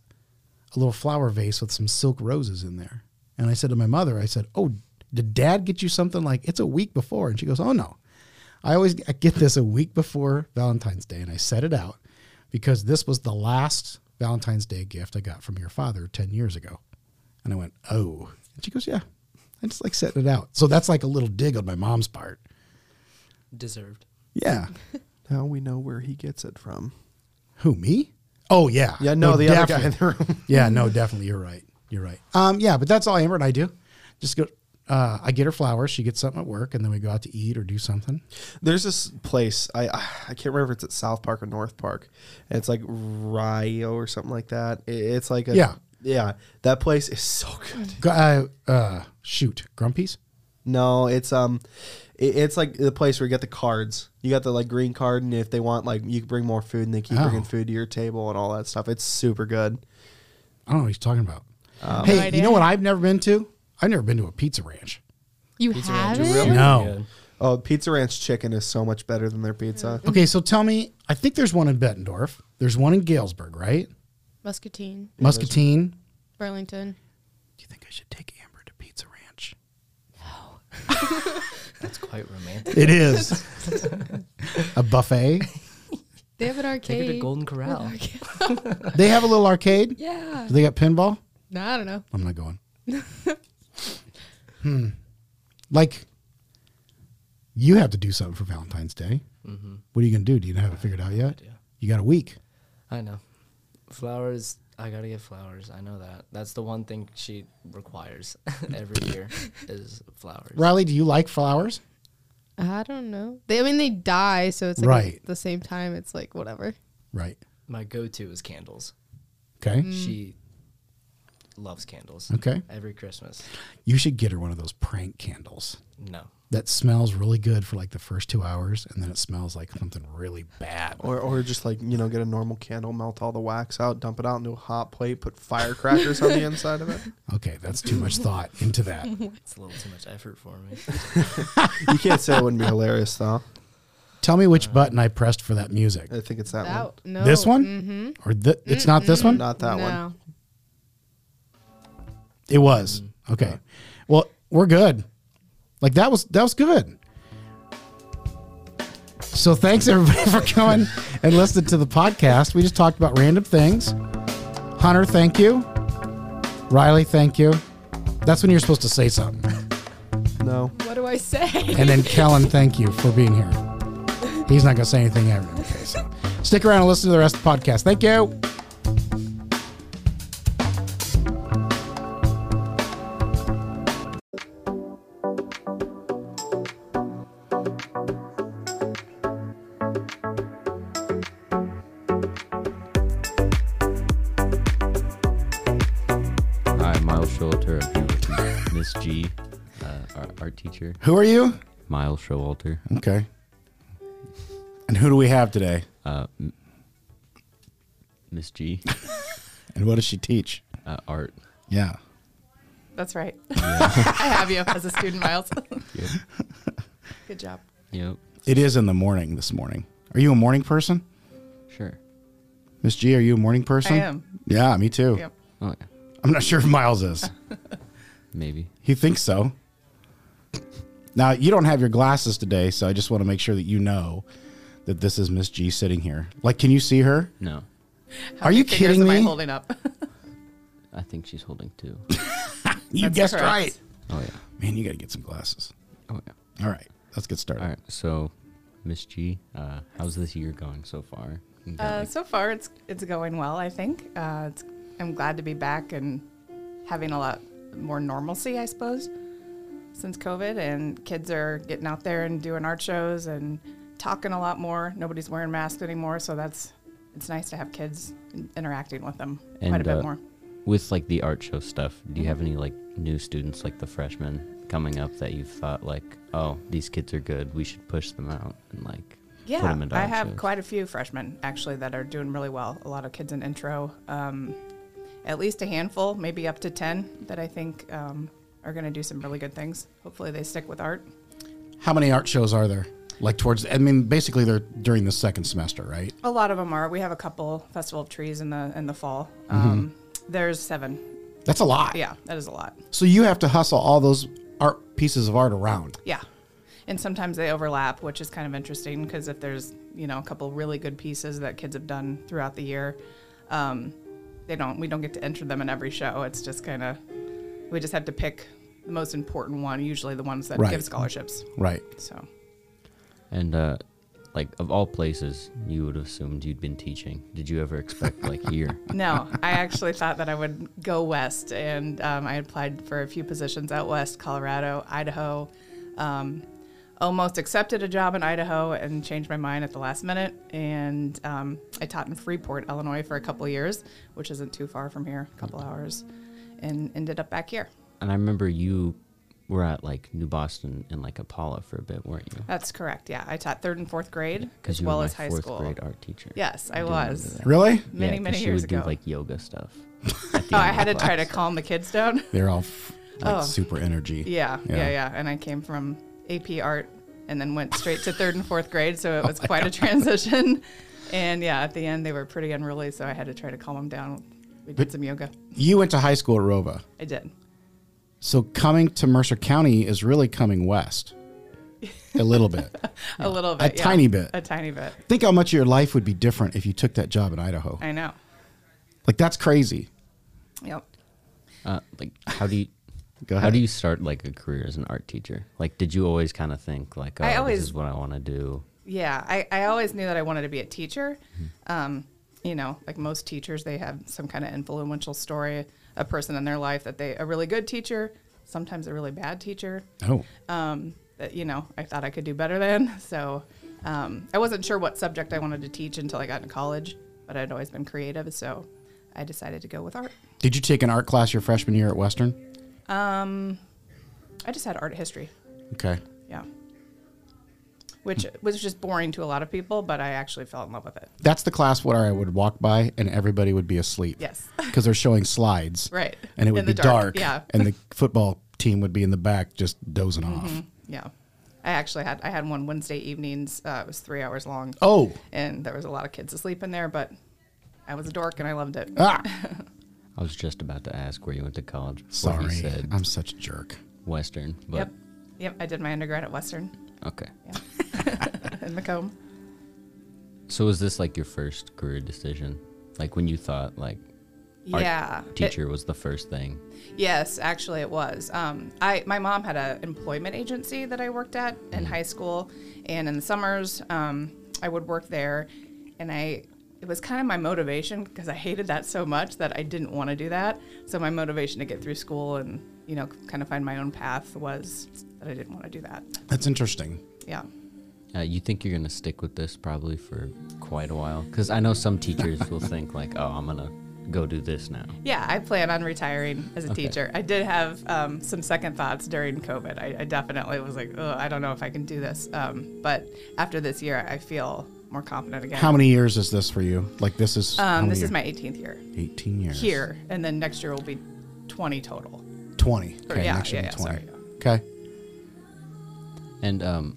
Speaker 1: a little flower vase with some silk roses in there. And I said to my mother, I said, "Oh, did Dad get you something like it's a week before?" And she goes, "Oh no, I always I get this a week before Valentine's Day, and I set it out because this was the last Valentine's Day gift I got from your father ten years ago." And I went, "Oh," and she goes, "Yeah." I just like setting it out. So that's like a little dig on my mom's part.
Speaker 2: Deserved.
Speaker 1: Yeah.
Speaker 4: Now we know where he gets it from.
Speaker 1: Who me? Oh yeah.
Speaker 4: Yeah, no, the other guy in the room.
Speaker 1: yeah, no, definitely. You're right. You're right. Um, yeah, but that's all Amber and I do. Just go. Uh, I get her flowers. She gets something at work, and then we go out to eat or do something.
Speaker 4: There's this place I I can't remember if it's at South Park or North Park. And it's like Rio or something like that. It- It's like a
Speaker 1: Yeah.
Speaker 4: yeah. That place is so good.
Speaker 1: Go, uh, uh, shoot, Grumpy's.
Speaker 4: No, it's um, it, it's like the place where you get the cards. You got the like green card, and if they want like you can bring more food, and they keep
Speaker 1: Oh.
Speaker 4: bringing food to your table and all that stuff. It's super good.
Speaker 1: I don't know what he's talking about. hey, you know what I've never been to? I've never been to a pizza ranch.
Speaker 3: You
Speaker 2: Pizza Ranch
Speaker 3: have it?
Speaker 2: is really
Speaker 1: No.
Speaker 2: good.
Speaker 4: Oh, Pizza Ranch chicken is so much better than their pizza.
Speaker 3: Mm-hmm.
Speaker 1: Okay, so tell me. I think there's one in Bettendorf. There's one in Galesburg, right?
Speaker 3: Muscatine,
Speaker 1: Muscatine.
Speaker 3: Burlington.
Speaker 1: Do you think I should take Amber to Pizza Ranch?
Speaker 2: That's quite romantic.
Speaker 1: It is a buffet.
Speaker 3: They have an arcade.
Speaker 2: Take her to Golden Corral.
Speaker 1: They have a little arcade.
Speaker 3: yeah.
Speaker 1: Do they got pinball?
Speaker 3: No, I don't know.
Speaker 1: I'm not going. hmm. Like, you have to do something for Valentine's Day.
Speaker 3: Mm-hmm.
Speaker 1: What are you going to do? Do you have it figured out yet?
Speaker 2: idea.
Speaker 1: You got a week.
Speaker 2: I know. Flowers. I gotta get flowers. I know that. That's the one thing she requires every year is flowers.
Speaker 1: Riley, do you like flowers?
Speaker 3: I don't know. They, I mean, they die, so it's like
Speaker 1: Right.
Speaker 3: at the same time. It's like whatever.
Speaker 1: Right.
Speaker 2: My go-to is candles.
Speaker 1: Okay.
Speaker 4: Mm.
Speaker 2: She loves candles.
Speaker 1: Okay.
Speaker 2: Every Christmas.
Speaker 1: You should get her one of those prank candles
Speaker 2: No.
Speaker 1: that smells really good for like the first two hours and then it smells like something really bad.
Speaker 4: Or, or just like you know, get a normal candle, melt all the wax out, dump it out into a hot plate, put firecrackers on the inside of it.
Speaker 1: Okay. That's too much thought into that.
Speaker 2: It's a little too much effort for me.
Speaker 4: You can't say it wouldn't be hilarious though.
Speaker 1: Tell me which button I pressed for that music.
Speaker 4: I think it's that, one,
Speaker 3: Uh, That- no.
Speaker 1: This one?
Speaker 3: Mm-hmm.
Speaker 1: Or th- it's not this one?
Speaker 4: not that one.
Speaker 3: no.
Speaker 1: It was. Okay. Well, we're good. Like that was that was good. So thanks everybody for coming and listening to the podcast. We just talked about random things. Hunter, thank you. Riley, thank you. That's when you're supposed to say something.
Speaker 4: No,
Speaker 3: What do I say?
Speaker 1: And then Kellen, thank you for being here. He's not gonna say anything ever. Okay, so stick around and listen to the rest of the podcast. Thank you.
Speaker 5: Hi, I'm Miles Showalter. I'm here with Miss G, uh, our art teacher.
Speaker 1: Who are you?
Speaker 5: Miles Showalter.
Speaker 1: Okay. And who do we have today?
Speaker 5: Uh, M- Miss G,
Speaker 1: And what does she teach?
Speaker 5: uh, art.
Speaker 1: Yeah.
Speaker 6: That's right. I have you as a student, Miles.
Speaker 5: Yep.
Speaker 6: Good job.
Speaker 5: Yep.
Speaker 1: It is in the morning this morning. Are you a morning person?
Speaker 5: Sure.
Speaker 1: Miss G, are you a morning person?
Speaker 6: I am.
Speaker 1: Yeah, me too.
Speaker 6: Yep.
Speaker 5: Oh, yeah.
Speaker 1: I'm not sure if Miles is.
Speaker 5: Maybe.
Speaker 1: he thinks so. Now, you don't have your glasses today, so I just want to make sure that you know that this is Miss G sitting here. Like, can you see her?
Speaker 5: No.
Speaker 6: How
Speaker 1: Are
Speaker 6: many
Speaker 1: you
Speaker 6: fingers
Speaker 1: kidding
Speaker 6: am I
Speaker 1: me?
Speaker 6: holding up?
Speaker 5: I think she's holding two.
Speaker 1: You
Speaker 6: That's
Speaker 1: guessed
Speaker 6: correct.
Speaker 1: right.
Speaker 5: Oh, yeah.
Speaker 1: Man, you got to get some glasses.
Speaker 5: Oh, yeah.
Speaker 1: All right, let's get started.
Speaker 5: All right. So, Miss G, uh, how's this year going so far? You got,
Speaker 6: Uh,
Speaker 5: like-
Speaker 6: so far, it's it's going well. I think uh, it's, I'm glad to be back and having a lot more normalcy, I suppose, since COVID. And kids are getting out there and doing art shows and talking a lot more. Nobody's wearing masks anymore, so that's it's nice to have kids interacting with them quite a
Speaker 5: And,
Speaker 6: bit
Speaker 5: uh,
Speaker 6: more.
Speaker 5: with like the art show stuff, do you have any like new students, like the freshmen coming up that you've thought like, oh, these kids are good, we should push them out and like
Speaker 6: Yeah,
Speaker 5: tournament
Speaker 6: I
Speaker 5: on,
Speaker 6: have
Speaker 5: so-
Speaker 6: quite a few freshmen actually that are doing really well. A lot of kids in intro, um, at least a handful, maybe up to ten that I think um, are going to do some really good things. Hopefully, they stick with art.
Speaker 1: How many art shows are there? Like towards, I mean, basically they're during the second semester, right?
Speaker 6: A lot of them are. We have a couple festival of trees in the in the fall. Um, There's seven.
Speaker 1: That's a lot.
Speaker 6: Yeah, that is a lot.
Speaker 1: So you have to hustle all those art pieces of art around.
Speaker 6: Yeah. And sometimes they overlap, which is kind of interesting because if there's, you know, a couple really good pieces that kids have done throughout the year, um, they don't, we don't get to enter them in every show. It's just kind of, we just have to pick the most important one, usually the ones that
Speaker 1: Right.
Speaker 6: give scholarships.
Speaker 1: Right.
Speaker 6: So,
Speaker 5: And uh, like of all places, you would have assumed you'd been teaching. Did you ever expect like here?
Speaker 6: no, I actually thought that I would go west and um, I applied for a few positions out west, Colorado, Idaho. Um, almost accepted a job in Idaho and changed my mind at the last minute. And um, I taught in Freeport, Illinois for a couple years, which isn't too far from here, a couple hours, and ended up back here.
Speaker 5: And I remember you were at like New Boston and like Apollo for a bit, weren't you?
Speaker 6: That's correct. Yeah, I taught third and fourth grade
Speaker 5: Because
Speaker 6: as
Speaker 5: you
Speaker 6: well
Speaker 5: were my
Speaker 6: as high
Speaker 5: fourth
Speaker 6: school.
Speaker 5: grade art teacher.
Speaker 6: Yes, I
Speaker 5: do remember
Speaker 6: was.
Speaker 5: that.
Speaker 1: Really?
Speaker 6: Many,
Speaker 5: Yeah, 'cause
Speaker 6: many
Speaker 5: she
Speaker 6: years
Speaker 5: would
Speaker 6: ago.
Speaker 5: do like yoga stuff.
Speaker 6: oh, I had to try to calm the kids down.
Speaker 1: They're all f- like
Speaker 6: Oh.
Speaker 1: super energy.
Speaker 6: Yeah, yeah,
Speaker 1: Yeah.
Speaker 6: yeah, And I came from AP art and then went straight to third and fourth grade, so it
Speaker 1: Oh
Speaker 6: was quite a transition. And yeah, at the end they were pretty unruly, so I had to try to calm them down. We did some yoga.
Speaker 1: You went to high school at Rova.
Speaker 6: I did.
Speaker 1: So coming to Mercer County is really coming west a little bit.
Speaker 6: A little bit.
Speaker 1: A
Speaker 6: yeah.
Speaker 1: tiny bit.
Speaker 6: A tiny bit.
Speaker 1: Think how much of your life would be different if you took that job in Idaho.
Speaker 6: I know.
Speaker 1: Like that's crazy.
Speaker 6: Yep.
Speaker 5: Uh, like, how do you?
Speaker 1: Go
Speaker 5: How
Speaker 1: ahead.
Speaker 5: do you start like a career as an art teacher? Like, did you always kind of think like, oh,
Speaker 6: I always-
Speaker 5: this is what I want to do?
Speaker 6: Yeah, I, I always knew that I wanted to be a teacher. Um, you know, like most teachers, they have some kind of influential story, a person in their life that they, a really good teacher, sometimes a really bad teacher,
Speaker 1: Oh,
Speaker 6: um, that you know I thought I could do better than. So um, I wasn't sure what subject I wanted to teach until I got into college, but I'd always been creative, so I decided to go with art.
Speaker 1: did you take an art class your freshman year at Western?
Speaker 6: Um, I just had art history,
Speaker 1: Okay.
Speaker 6: yeah, which was just boring to a lot of people, but I actually fell in love with it.
Speaker 1: That's the class where I would walk by and everybody would be asleep.
Speaker 6: Yes.
Speaker 1: Because they're showing slides.
Speaker 6: Right.
Speaker 1: And it would
Speaker 6: In
Speaker 1: be
Speaker 6: the
Speaker 1: dark.
Speaker 6: dark, yeah.
Speaker 1: And the football team would be in the back just dozing off.
Speaker 6: Mm-hmm. Yeah, I actually had I had one Wednesday evenings. Uh, it was three hours long.
Speaker 1: Oh.
Speaker 6: and there was a lot of kids asleep in there, but I was a dork and I loved it.
Speaker 1: Ah.
Speaker 5: I was just about to ask where you went to college. before you
Speaker 1: Sorry.
Speaker 5: said
Speaker 1: I'm such a jerk.
Speaker 5: Western, but
Speaker 6: Yep, yep. I did my undergrad at Western
Speaker 5: okay.
Speaker 6: in Macomb.
Speaker 5: So was this like your first career decision? Like when you thought like art
Speaker 6: Yeah. It-
Speaker 5: teacher was the first thing?
Speaker 6: Yes, actually, it was. Um, I my mom had an employment agency that I worked at in high school, and in the summers um, I would work there, and I it was kind of my motivation because I hated that so much that I didn't want to do that. So my motivation to get through school and you know kind of find my own path was that I didn't want to do that.
Speaker 1: That's interesting.
Speaker 6: Yeah.
Speaker 5: Uh, you think you're gonna stick with this probably for quite a while? Because I know some teachers will think like, oh, I'm gonna go do this now.
Speaker 6: Yeah, I plan on retiring as a
Speaker 5: Okay.
Speaker 6: teacher. I did have um, some second thoughts during COVID. I, I definitely was like, oh, I don't know if I can do this. Um, but after this year, I feel more confident again.
Speaker 1: How many years is this for you? Like this is how
Speaker 6: Um,
Speaker 1: many
Speaker 6: this is
Speaker 1: years?
Speaker 6: my 18th year
Speaker 1: 18 years.
Speaker 6: here, and then next year will be 20 total.
Speaker 1: 20.
Speaker 6: Or- yeah,
Speaker 1: next year
Speaker 6: yeah,
Speaker 1: be
Speaker 6: yeah,
Speaker 1: 20.
Speaker 6: sorry,
Speaker 1: Okay.
Speaker 5: And um,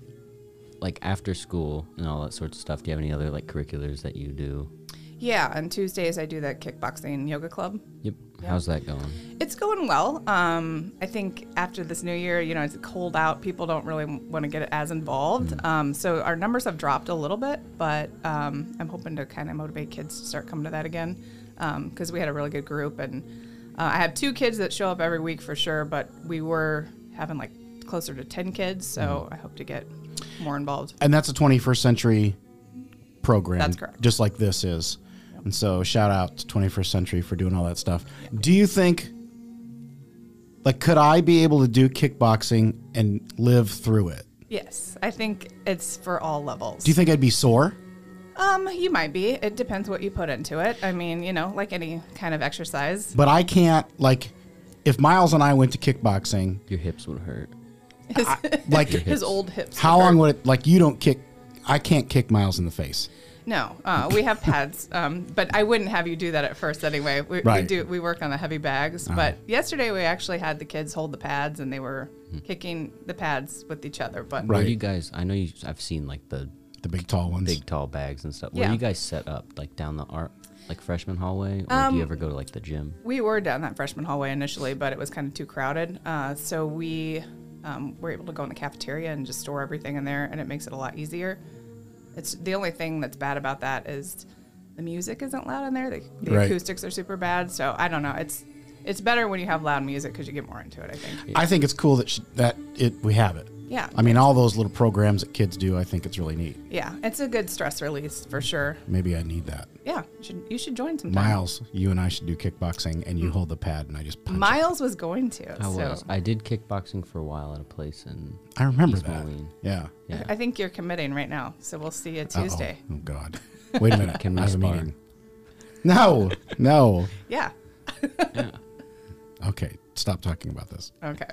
Speaker 5: like after school and all that sorts of stuff. Do you have any other like curriculars that you do?
Speaker 6: Yeah, on Tuesdays I do that kickboxing yoga club.
Speaker 5: Yep. How's that going?
Speaker 6: It's going well. Um, I think after this new year, you know, it's cold out. People don't really want to get as involved.
Speaker 1: Mm-hmm.
Speaker 6: Um, so our numbers have dropped a little bit, but um, I'm hoping to kind of motivate kids to start coming to that again because we had a really good group. And uh, I have two kids that show up every week for sure, but we were having like closer to 10 kids.
Speaker 1: Mm-hmm.
Speaker 6: So I hope to get more involved.
Speaker 1: And that's a 21st century program.
Speaker 6: That's correct.
Speaker 1: Just like this is. And so shout out to 21st century for doing all that stuff. Do you think like could I be able to do kickboxing and live through it?
Speaker 6: Yes, I think it's for all levels.
Speaker 1: Do you think I'd be sore?
Speaker 6: um, you might be. It depends what you put into it. I mean, you know, like any kind of exercise.
Speaker 1: But I can't like if Miles and I went to kickboxing,
Speaker 5: Your hips would hurt.
Speaker 1: like
Speaker 6: His old hips.
Speaker 1: how
Speaker 6: would
Speaker 1: long
Speaker 6: hurt.
Speaker 1: would it like you don't kick I can't kick Miles in the face.
Speaker 6: No, uh, we have pads, um, but I wouldn't have you do that at first anyway. We,
Speaker 1: Right. Uh-huh.
Speaker 6: we do we work on the heavy bags, but yesterday we actually had the kids hold the pads and they were kicking the pads with each other. But
Speaker 5: Were
Speaker 1: Uh, Right.
Speaker 5: you guys? I know you. I've seen like the
Speaker 1: The big tall ones.
Speaker 5: big tall bags and stuff.
Speaker 6: Yeah.
Speaker 5: Were you guys set up like down the art, like freshman hallway, or do you ever go to like the gym?
Speaker 6: we were down that freshman hallway initially, but it was kind of too crowded. Uh, so we um, were able to go in the cafeteria and just store everything in there, and it makes it a lot easier. It's the only thing that's bad about that is the music isn't loud in there. The, the
Speaker 1: Right.
Speaker 6: acoustics are super bad. So I don't know. It's it's better when you have loud music because you get more into it. I think.
Speaker 1: I think it's cool that sh- that it we have it.
Speaker 6: Yeah.
Speaker 1: I mean, all those little programs that kids do, I think it's really neat.
Speaker 6: Yeah, it's a good stress release for sure.
Speaker 1: Maybe I need that.
Speaker 6: Yeah, you should you should join sometime.
Speaker 1: Miles, you and I should do kickboxing, and you hold the pad, and I just punch. it.
Speaker 6: Miles was going to.
Speaker 5: I
Speaker 6: Mm. so
Speaker 5: was. I did kickboxing for a while at a place, and
Speaker 1: I remember
Speaker 5: East
Speaker 1: that.
Speaker 5: Moline.
Speaker 1: Yeah.
Speaker 5: yeah.
Speaker 6: I think you're committing right now. So we'll see you
Speaker 1: Uh-oh.
Speaker 6: Tuesday.
Speaker 1: Oh God. Wait a minute.
Speaker 5: Can
Speaker 1: I
Speaker 5: we
Speaker 1: have a
Speaker 5: spar?
Speaker 1: meeting. No. No.
Speaker 6: Yeah.
Speaker 1: Okay. Stop talking about this.
Speaker 6: Okay.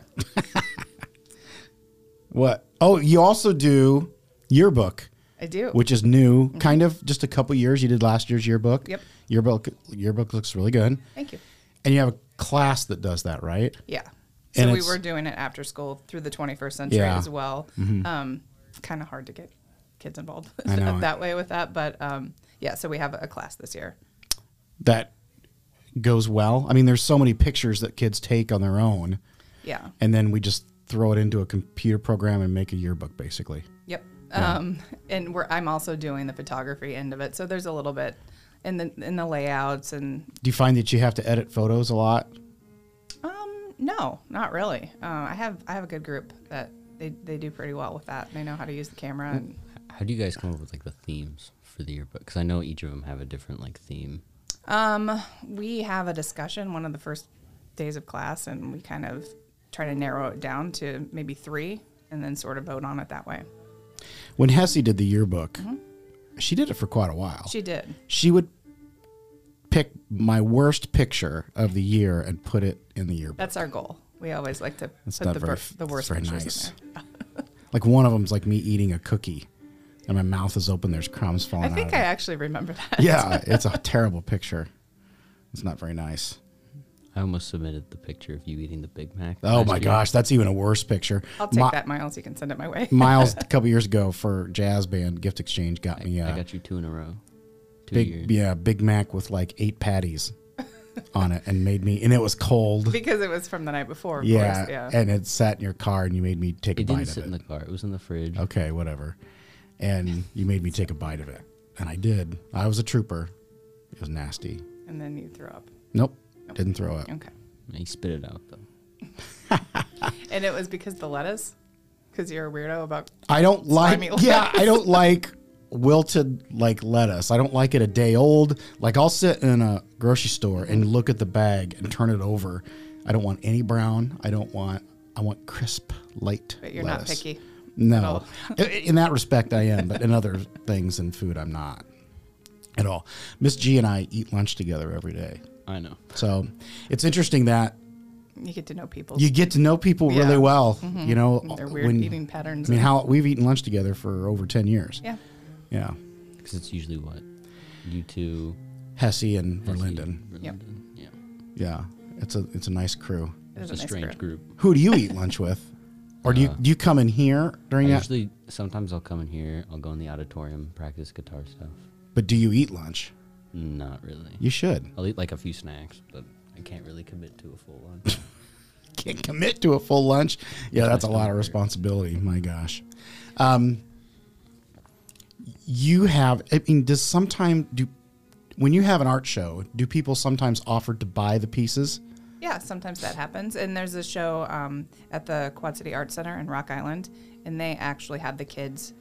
Speaker 1: What? Oh, you also do yearbook,
Speaker 6: I do. Mm-hmm.
Speaker 1: which is new, kind of just a couple years. You did last year's yearbook.
Speaker 6: Yep.
Speaker 1: Yearbook yearbook looks really good,
Speaker 6: Thank you.
Speaker 1: and you have a class that does that, right?
Speaker 6: Yeah. So
Speaker 1: And
Speaker 6: we
Speaker 1: it's-
Speaker 6: were doing it after school through the 21st century
Speaker 1: Yeah. Mm-hmm.
Speaker 6: as well. Um, kind of hard to get kids involved
Speaker 1: I know.
Speaker 6: that way with that, but um, yeah. So we have a class this year.
Speaker 1: That goes well. I mean, there's so many pictures that kids take on their own,
Speaker 6: Yeah.
Speaker 1: and then we just throw it into a computer program and make a yearbook, basically.
Speaker 6: Yep. Um, and we're, I'm also doing the photography end of it. So there's a little bit in the in the layouts and
Speaker 1: Do you find that you have to edit photos a lot?
Speaker 6: Um, no, not really. Uh, I have I have a good group that they, they do pretty well with that. They know how to use the camera.
Speaker 1: Mm-hmm.
Speaker 6: And
Speaker 5: How do you guys come up with like the themes for the yearbook? Because I know each of them have a different like theme.
Speaker 6: Um, we have a discussion one of the first days of class, and we kind of try to narrow it down to maybe three, and then sort of vote on it that way.
Speaker 1: When Hesse did the yearbook,
Speaker 6: Mm-hmm.
Speaker 1: she did it for quite a while.
Speaker 6: She did.
Speaker 1: she would pick my worst picture of the year and put it in the yearbook.
Speaker 6: That's our goal. We always like to
Speaker 1: That's
Speaker 6: put
Speaker 1: not
Speaker 6: the,
Speaker 1: very
Speaker 6: bur-
Speaker 1: f-
Speaker 6: the worst
Speaker 1: very
Speaker 6: pictures
Speaker 1: nice.
Speaker 6: in there.
Speaker 1: like one of them's like me eating a cookie, and my mouth is open. There's crumbs
Speaker 6: I
Speaker 1: falling.
Speaker 6: think I
Speaker 1: out
Speaker 6: actually remember that.
Speaker 1: of it. yeah, it's a terrible picture. It's not very nice.
Speaker 5: I almost submitted the picture of you eating the Big Mac.
Speaker 1: Oh
Speaker 5: last
Speaker 1: my
Speaker 5: year.
Speaker 1: gosh, that's even a worse picture.
Speaker 6: I'll take
Speaker 1: Mi-
Speaker 6: that, Miles. You can send it my way.
Speaker 1: Miles a couple years ago for jazz band gift exchange got
Speaker 5: I,
Speaker 1: me
Speaker 5: I
Speaker 1: a
Speaker 5: got you two in a row. Two
Speaker 1: big
Speaker 5: years.
Speaker 1: yeah Big Mac with like eight patties on it and made me and it was cold.
Speaker 6: because it was from the night before, of
Speaker 1: Yeah,
Speaker 6: course. Yeah.
Speaker 1: and it sat in your car and you made me take a
Speaker 5: It
Speaker 1: bite
Speaker 5: didn't
Speaker 1: of
Speaker 5: sit
Speaker 1: it.
Speaker 5: in the car. It was in the fridge.
Speaker 1: okay, whatever. And you made me take a bite of it. And I did. I was a trooper. It was nasty.
Speaker 6: and then you threw up.
Speaker 1: Nope. Didn't throw up.
Speaker 6: Okay.
Speaker 5: And he spit it out though.
Speaker 6: And it was because the lettuce? Because you're a weirdo about.
Speaker 1: I don't like
Speaker 6: Slimy lettuce.
Speaker 1: Yeah, I don't like wilted like lettuce. I don't like it a day old. Like I'll sit in a grocery store and look at the bag and turn it over. I don't want any brown. I don't want I want crisp, light.
Speaker 6: But you're not
Speaker 1: lettuce.
Speaker 6: picky
Speaker 1: No. I- in that respect I am, but in other things in food I'm not at all. Miss G and I eat lunch together every day.
Speaker 5: I know.
Speaker 1: So it's interesting that
Speaker 6: You get to know people.
Speaker 1: you get to know people really
Speaker 6: Yeah. Mm-hmm.
Speaker 1: well. You know, uh,
Speaker 6: Their weird eating patterns.
Speaker 1: I mean, how we've eaten lunch together for over ten years.
Speaker 6: Yeah.
Speaker 1: yeah.
Speaker 5: Because it's usually what you two.
Speaker 1: Hesse and Verlinden.
Speaker 6: Yep.
Speaker 5: Verlinden, Yeah.
Speaker 1: Yeah, it's a it's a nice crew.
Speaker 6: It is
Speaker 5: It's
Speaker 6: a
Speaker 5: a
Speaker 6: nice
Speaker 5: strange
Speaker 6: group.
Speaker 5: group. Uh,
Speaker 1: Who do you eat lunch with, or do you do you come in here during
Speaker 5: I
Speaker 1: that?
Speaker 5: usually, sometimes I'll come in here. I'll go in the auditorium, practice guitar stuff.
Speaker 1: but do you eat lunch?
Speaker 5: Not really.
Speaker 1: You should.
Speaker 5: I'll eat like a few snacks, but I can't really commit to a full lunch.
Speaker 1: Can't commit to a full lunch. Yeah, that's a lot of responsibility. My gosh. Um, you have. I mean, does sometimes do when you have an art show, do people sometimes offer to buy the pieces?
Speaker 6: Yeah, sometimes that happens. And there's a show um, at the Quad City Art Center in Rock Island, and they actually have the kids,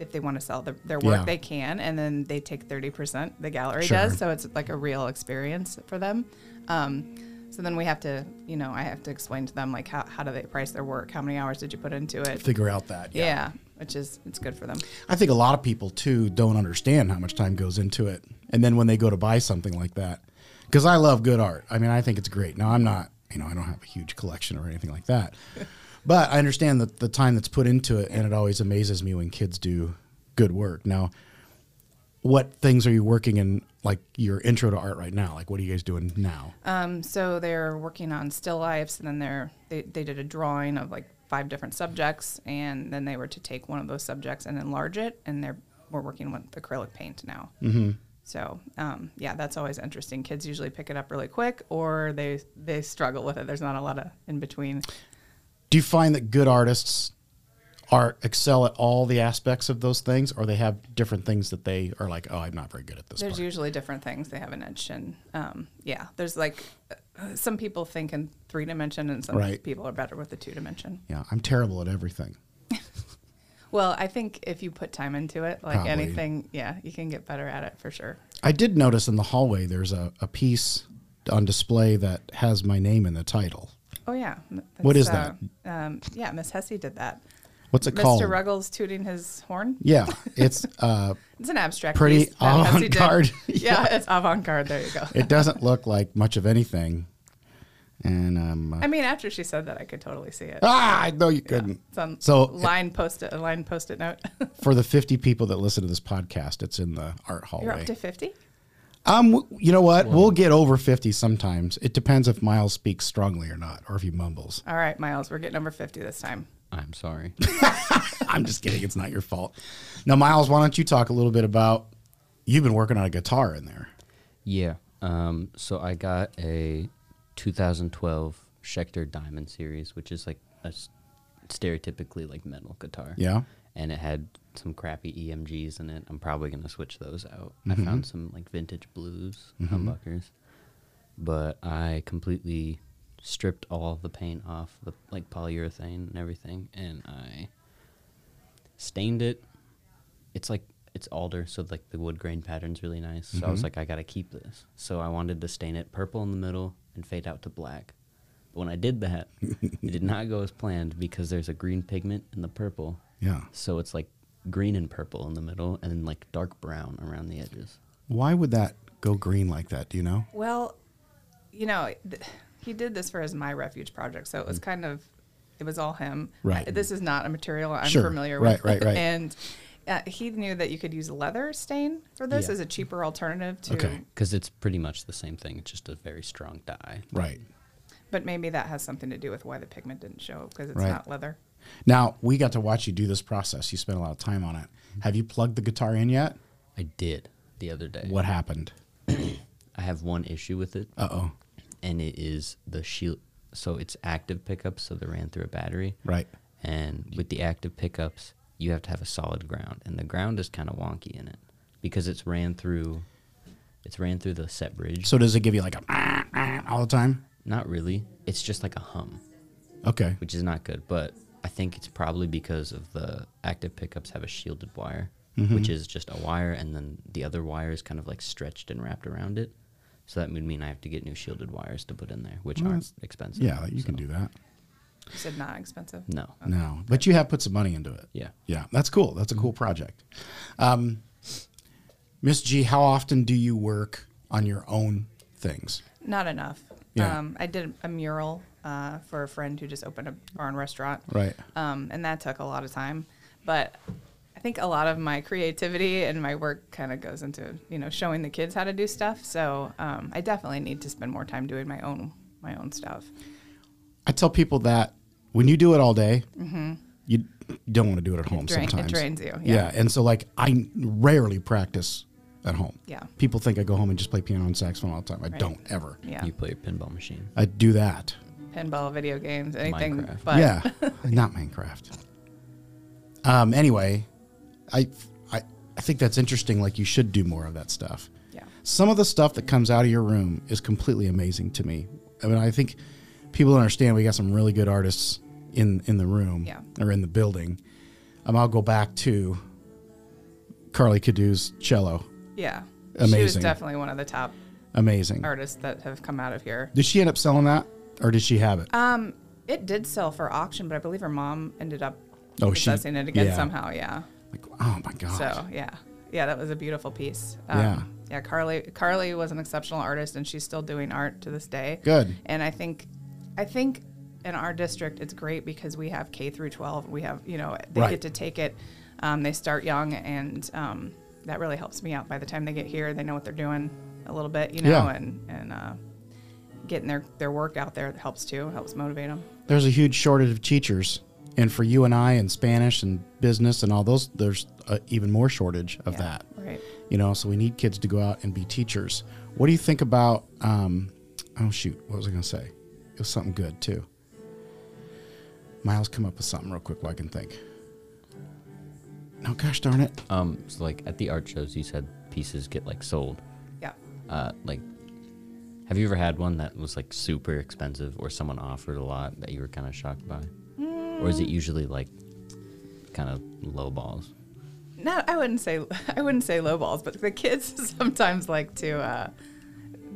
Speaker 6: if they want to sell their, their work,
Speaker 1: Yeah.
Speaker 6: they can, and then they take 30%, the gallery
Speaker 1: Sure.
Speaker 6: does. So it's like a real experience for them. Um, so then we have to, you know, I have to explain to them, like, how, how do they price their work? How many hours did you put into it?
Speaker 1: Figure out that.
Speaker 6: yeah. which is, it's good for them.
Speaker 1: I think a lot of people too don't understand how much time goes into it, and then when they go to buy something like that, because I love good art. I mean, I think it's great. Now I'm not, you know, I don't have a huge collection or anything like that, but I understand that the time that's put into it, and it always amazes me when kids do good work. Now, what things are you working in, like your intro to art right now? Like, what are you guys doing now?
Speaker 6: Um, so they're working on still lifes, and then they're they, they did a drawing of like five different subjects, and then they were to take one of those subjects and enlarge it, and they're we're working with acrylic paint now. Mm-hmm. So um, yeah, that's always interesting. Kids usually pick it up really quick, or they they struggle with it. There's not a lot of in between.
Speaker 1: Do you find that good artists are excel at all the aspects of those things, or they have different things that they are like, oh, I'm not very good at this?
Speaker 6: There's
Speaker 1: part?
Speaker 6: usually different things they have an edge in. Um, yeah, there's like uh, some people think in three dimension, and some
Speaker 1: Right.
Speaker 6: people are better with the two dimension.
Speaker 1: yeah, I'm terrible at everything.
Speaker 6: Well, I think if you put time into it, like
Speaker 1: Probably.
Speaker 6: anything, yeah, you can get better at it for sure.
Speaker 1: I did notice in the hallway there's a, a piece on display that has my name in the title.
Speaker 6: Oh yeah. M-
Speaker 1: What
Speaker 6: that's,
Speaker 1: is that?
Speaker 6: uh, Um, yeah, Miss Hesse did that.
Speaker 1: What's it
Speaker 6: Mr.
Speaker 1: called?
Speaker 6: Ruggles tooting his horn.
Speaker 1: Yeah, it's uh,
Speaker 6: It's an abstract.
Speaker 1: Pretty
Speaker 6: piece that Hesse did.
Speaker 1: avant-garde.
Speaker 6: yeah, it's avant-garde. There you go.
Speaker 1: it doesn't look like much of anything, and um,
Speaker 6: I mean, after she said that, I could totally see it.
Speaker 1: ah, I know you couldn't.
Speaker 6: It's on
Speaker 1: So- eh,
Speaker 6: line post-it, a line post-it note.
Speaker 1: For the 50 people that listen to this podcast, it's in the art hallway.
Speaker 6: You're up to fifty.
Speaker 1: Um, w- you know what? We'll get over 50 sometimes. It depends if Miles speaks strongly or not, or if he mumbles.
Speaker 6: All right, Miles, we're getting over fifty this time.
Speaker 5: I'm sorry.
Speaker 1: I'm just kidding. It's not your fault. Now, Miles, why don't you talk a little bit about you've been working on a guitar in there?
Speaker 5: Yeah. Um, so I got a 2012 Schecter Diamond Series, which is like a s- stereotypically like metal guitar.
Speaker 1: Yeah.
Speaker 5: And it had some crappy EMGs in it. I'm probably gonna switch those out. I found some like vintage blues humbuckers, but I completely stripped all the paint off the like polyurethane and everything, and I stained it. It's like it's alder, so like the wood grain pattern's really nice. So I was like, I gotta keep this. So I wanted to stain it purple in the middle and fade out to black. But when I did that, it did not go as planned because there's a green pigment in the purple.
Speaker 1: Yeah.
Speaker 5: So it's like green and purple in the middle, and then like dark brown around the edges.
Speaker 1: Why would that go green like that? Do you know?
Speaker 6: Well, you know, th- he did this for his My Refuge project, so it was kind of, it was all him.
Speaker 1: Mm. Right.
Speaker 6: Uh, This is not a material I'm
Speaker 1: Sure.
Speaker 6: familiar
Speaker 1: Right,
Speaker 6: with.
Speaker 1: right, right.
Speaker 6: And uh, he knew that you could use leather stain for this
Speaker 5: Yeah.
Speaker 6: as a cheaper alternative to,
Speaker 1: Okay.
Speaker 5: Because it's pretty much the same thing. It's just a very strong dye.
Speaker 1: Right.
Speaker 6: but maybe that has something to do with why the pigment didn't show because it's
Speaker 1: Right.
Speaker 6: not leather.
Speaker 1: Now, we got to watch you do this process. You spent a lot of time on it. Have you plugged the guitar in yet?
Speaker 5: I did the other day.
Speaker 1: What happened?
Speaker 5: I have one issue with it,
Speaker 1: Uh oh.
Speaker 5: and it is the shield. So it's active pickups, so they ran through a battery.
Speaker 1: Right.
Speaker 5: And with the active pickups, you have to have a solid ground, and the ground is kind of wonky in it because it's ran through. It's ran through the set bridge.
Speaker 1: So, does it give you like a "Ah, ah," all the time?
Speaker 5: Not really. It's just like a hum.
Speaker 1: Okay.
Speaker 5: which is not good. But I think it's probably because of the active pickups have a shielded wire,
Speaker 1: Mm-hmm.
Speaker 5: which is just a wire, and then the other wire is kind of like stretched and wrapped around it. So that would mean I have to get new shielded wires to put in there, which
Speaker 1: Well,
Speaker 5: aren't
Speaker 1: that's-
Speaker 5: expensive.
Speaker 1: Yeah, you can
Speaker 5: So,
Speaker 1: do that.
Speaker 6: You said not expensive.
Speaker 5: No.
Speaker 1: No, but you have put some money into it.
Speaker 5: Yeah.
Speaker 1: Yeah, that's cool. That's a cool project. Um, Miss G, how often do you work on your own things?
Speaker 6: Not enough.
Speaker 1: Yeah.
Speaker 6: Um, I did a mural uh, for a friend who just opened a bar and restaurant.
Speaker 1: Right.
Speaker 6: Um, and that took a lot of time. But I think a lot of my creativity and my work kind of goes into, you know, showing the kids how to do stuff. So um, I definitely need to spend more time doing my own my own stuff.
Speaker 1: I tell people that when you do it all day, you don't want to do it at home
Speaker 6: drain- Mm-hmm. it
Speaker 1: sometimes.
Speaker 6: drains you,
Speaker 1: Yeah.
Speaker 6: yeah.
Speaker 1: And so, like, I rarely practice at home.
Speaker 6: Yeah.
Speaker 1: People think I go home and just play piano and saxophone all the time. I don't ever.
Speaker 6: Yeah.
Speaker 5: You play your pinball machine.
Speaker 1: I do that.
Speaker 6: Pinball, video games, anything.
Speaker 5: Minecraft.
Speaker 6: But
Speaker 1: yeah, not Minecraft. Um. Anyway, I, I I think that's interesting. Like you should do more of that stuff.
Speaker 6: Yeah.
Speaker 1: Some of the stuff that comes out of your room is completely amazing to me. I mean, I think people don't understand. We got some really good artists in in the room
Speaker 6: Yeah.
Speaker 1: or in the building. Um, I'll go back to Carly Cadu's cello.
Speaker 6: yeah. She was
Speaker 1: Amazing.
Speaker 6: definitely one of the top
Speaker 1: Amazing.
Speaker 6: artists that have come out of here.
Speaker 1: Did she end up selling that, or did she have it?
Speaker 6: Um, It did sell for auction, but I believe her mom ended up
Speaker 1: Oh, she-
Speaker 6: possessing it again
Speaker 1: yeah.
Speaker 6: somehow. Yeah.
Speaker 1: like, oh my god.
Speaker 6: So yeah, yeah, that was a beautiful piece. Um,
Speaker 1: Yeah.
Speaker 6: yeah. Carly Carly was an exceptional artist, and she's still doing art to this day.
Speaker 1: Good.
Speaker 6: And I think, I think, in our district, it's great because we have K through twelve. We have you know they
Speaker 1: Right.
Speaker 6: get to take it. Um, they start young, and um, that really helps me out. By the time they get here, they know what they're doing a little bit, you know,
Speaker 1: Yeah.
Speaker 6: and and uh, getting their their work out there helps too. Helps motivate them.
Speaker 1: There's a huge shortage of teachers, and for you and I, and Spanish and business and all those, there's uh even more shortage of that.
Speaker 6: Right.
Speaker 1: You know, so we need kids to go out and be teachers. What do you think about? Um, oh shoot, what was I going to say? It was something good too. Miles, come up with something real quick while I can think. No, gosh darn it.
Speaker 5: Um, so like at the art shows, you said pieces get like sold.
Speaker 6: Yeah.
Speaker 5: Uh, like, have you ever had one that was like super expensive, or someone offered a lot that you were kind of shocked by, or is it usually like kind of low balls?
Speaker 6: No, I wouldn't say I wouldn't say low balls, but the kids sometimes like to. Uh,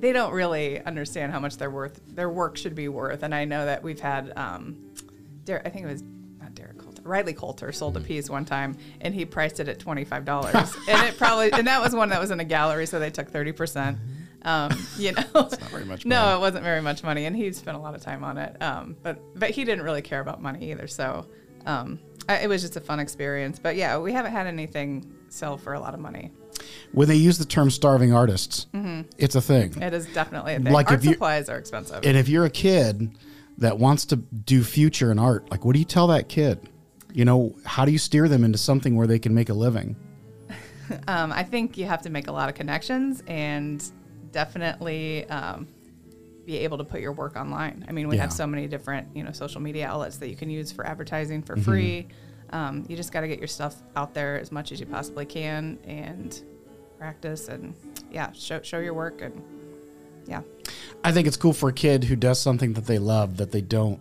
Speaker 6: they don't really understand how much their worth their work should be worth, and I know that we've had. Um, Der- I think it was not Derek Coulter, Riley Coulter sold a piece one time, and he priced it at twenty five dollars, and it probably and that was one that was in a gallery, so they took thirty percent. Um, you know, not
Speaker 1: very much
Speaker 6: No,
Speaker 1: money.
Speaker 6: it wasn't very much money, and he spent a lot of time on it. Um, but but he didn't really care about money either, so um, I, it was just a fun experience. But yeah, we haven't had anything sell for a lot of money.
Speaker 1: When they use the term starving artists, it's a thing.
Speaker 6: Mm-hmm. It is definitely a thing.
Speaker 1: Like
Speaker 6: Art
Speaker 1: if you-
Speaker 6: supplies are expensive.
Speaker 1: And if you're a kid that wants to do future in art, like what do you tell that kid? You know, how do you steer them into something where they can make a living?
Speaker 6: um, I think you have to make a lot of connections and definitely um, be able to put your work online. I mean, we have
Speaker 1: Yeah.
Speaker 6: so many different you know social media outlets that you can use for advertising
Speaker 5: Mm-hmm.
Speaker 6: for free. Um, you just got to get your stuff out there as much as you possibly can and practice and yeah, show show your work and yeah.
Speaker 1: I think it's cool for a kid who does something that they love that they don't.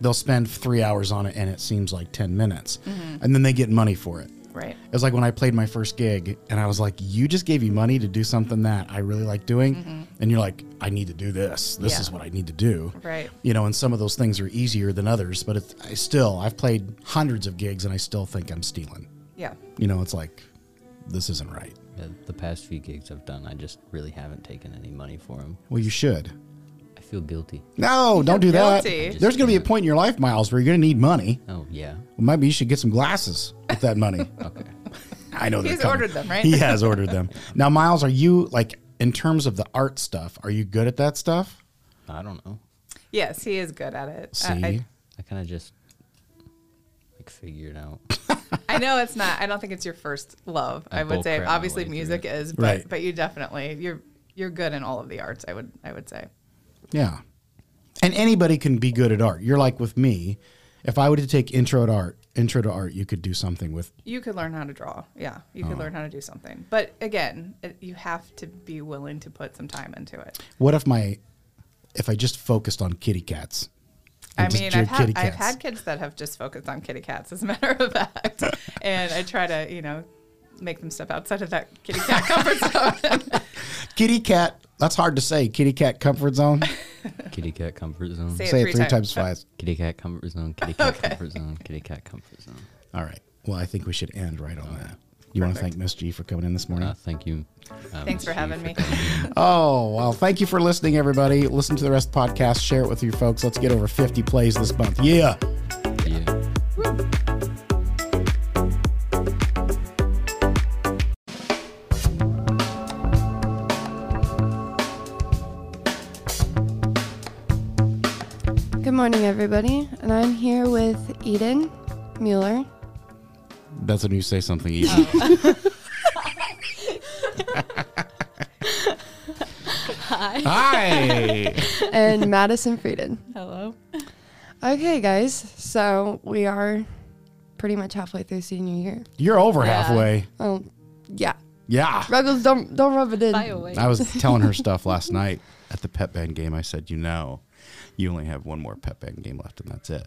Speaker 1: They'll spend three hours on it and it seems like 10 minutes. And then they get money for it.
Speaker 6: Mm-hmm. Right.
Speaker 1: It was like when I played my first gig and I was like, You just gave me money to do something that I really like doing. And you're like, I need to do this. This
Speaker 6: Mm-hmm. Yeah.
Speaker 1: is what I need to do.
Speaker 6: Right.
Speaker 1: You know, and some of those things are easier than others, but it's, I still, I've played hundreds of gigs and I still think I'm stealing.
Speaker 6: Yeah.
Speaker 1: You know, it's like, this isn't right.
Speaker 5: The, the past few gigs I've done, I just really haven't taken any money for them.
Speaker 1: Well, you should.
Speaker 5: I feel guilty.
Speaker 1: No, don't do that.
Speaker 6: guilty.
Speaker 1: There's going to be a point in your life, Miles, where you're going to need money.
Speaker 5: Oh yeah.
Speaker 1: Well, maybe you should get some glasses with that money.
Speaker 5: Okay.
Speaker 1: I know they're
Speaker 6: He's
Speaker 1: coming.
Speaker 6: ordered them, right?
Speaker 1: He has ordered them. Now, Miles, are you like in terms of the art stuff? Are you good at that stuff?
Speaker 5: I don't know.
Speaker 6: Yes, he is good at it.
Speaker 1: See,
Speaker 6: I- I,
Speaker 5: I kind of just like figured out.
Speaker 6: I know it's not. I don't think it's your first love.
Speaker 5: I
Speaker 6: I, would
Speaker 5: bull
Speaker 6: say
Speaker 5: crap my
Speaker 6: obviously
Speaker 5: way through
Speaker 6: music
Speaker 5: it.
Speaker 6: is, but
Speaker 1: Right.
Speaker 6: but you definitely you're you're good in all of the arts. I would I would say.
Speaker 1: yeah. And anybody can be good at art. You're like with me. If I were to take intro to art, intro to art, you could do something with.
Speaker 6: You could learn how to draw. Yeah, you
Speaker 1: Oh.
Speaker 6: could learn how to do something. But again, it, you have to be willing to put some time into it.
Speaker 1: What if my, if I just focused on kitty cats? and
Speaker 6: I
Speaker 1: just
Speaker 6: mean,
Speaker 1: drew
Speaker 6: I've had,
Speaker 1: kitty
Speaker 6: I've
Speaker 1: cats?
Speaker 6: had kids that have just focused on kitty cats, as a matter of fact. and I try to, you know, make them step outside of that kitty cat comfort zone.
Speaker 1: kitty cat. That's hard to say. Kitty cat comfort zone.
Speaker 5: Kitty cat comfort zone.
Speaker 6: Say it
Speaker 1: say
Speaker 6: three
Speaker 1: it three times
Speaker 6: times.
Speaker 1: fast.
Speaker 5: Kitty cat comfort zone. Kitty cat comfort zone. Kitty cat comfort zone.
Speaker 1: All right. Well, I think we should end right on that. You want
Speaker 6: Perfect.
Speaker 1: to thank Miss G for coming in this morning?
Speaker 5: Uh, thank you. uh,
Speaker 6: Thanks for
Speaker 5: Miss
Speaker 6: having
Speaker 5: G,
Speaker 6: me.
Speaker 1: Oh, well, thank you for listening, everybody. Listen to the rest of the podcast. Share it with your folks. Let's get over 50 plays this month. Yeah.
Speaker 5: Yeah.
Speaker 7: Good morning, everybody, and I'm here with Eden Mueller.
Speaker 1: That's when you say something easy. Hi. Hi.
Speaker 7: and Madison Frieden.
Speaker 6: Hello.
Speaker 7: Okay, guys, so we are pretty much halfway through senior year.
Speaker 1: You're over halfway.
Speaker 7: Oh, yeah.
Speaker 1: Yeah.
Speaker 7: Ruggles, don't don't rub it in.
Speaker 1: I was telling her stuff last night at the pep band game. I said, you know, you only have one more pep band game left, and that's it.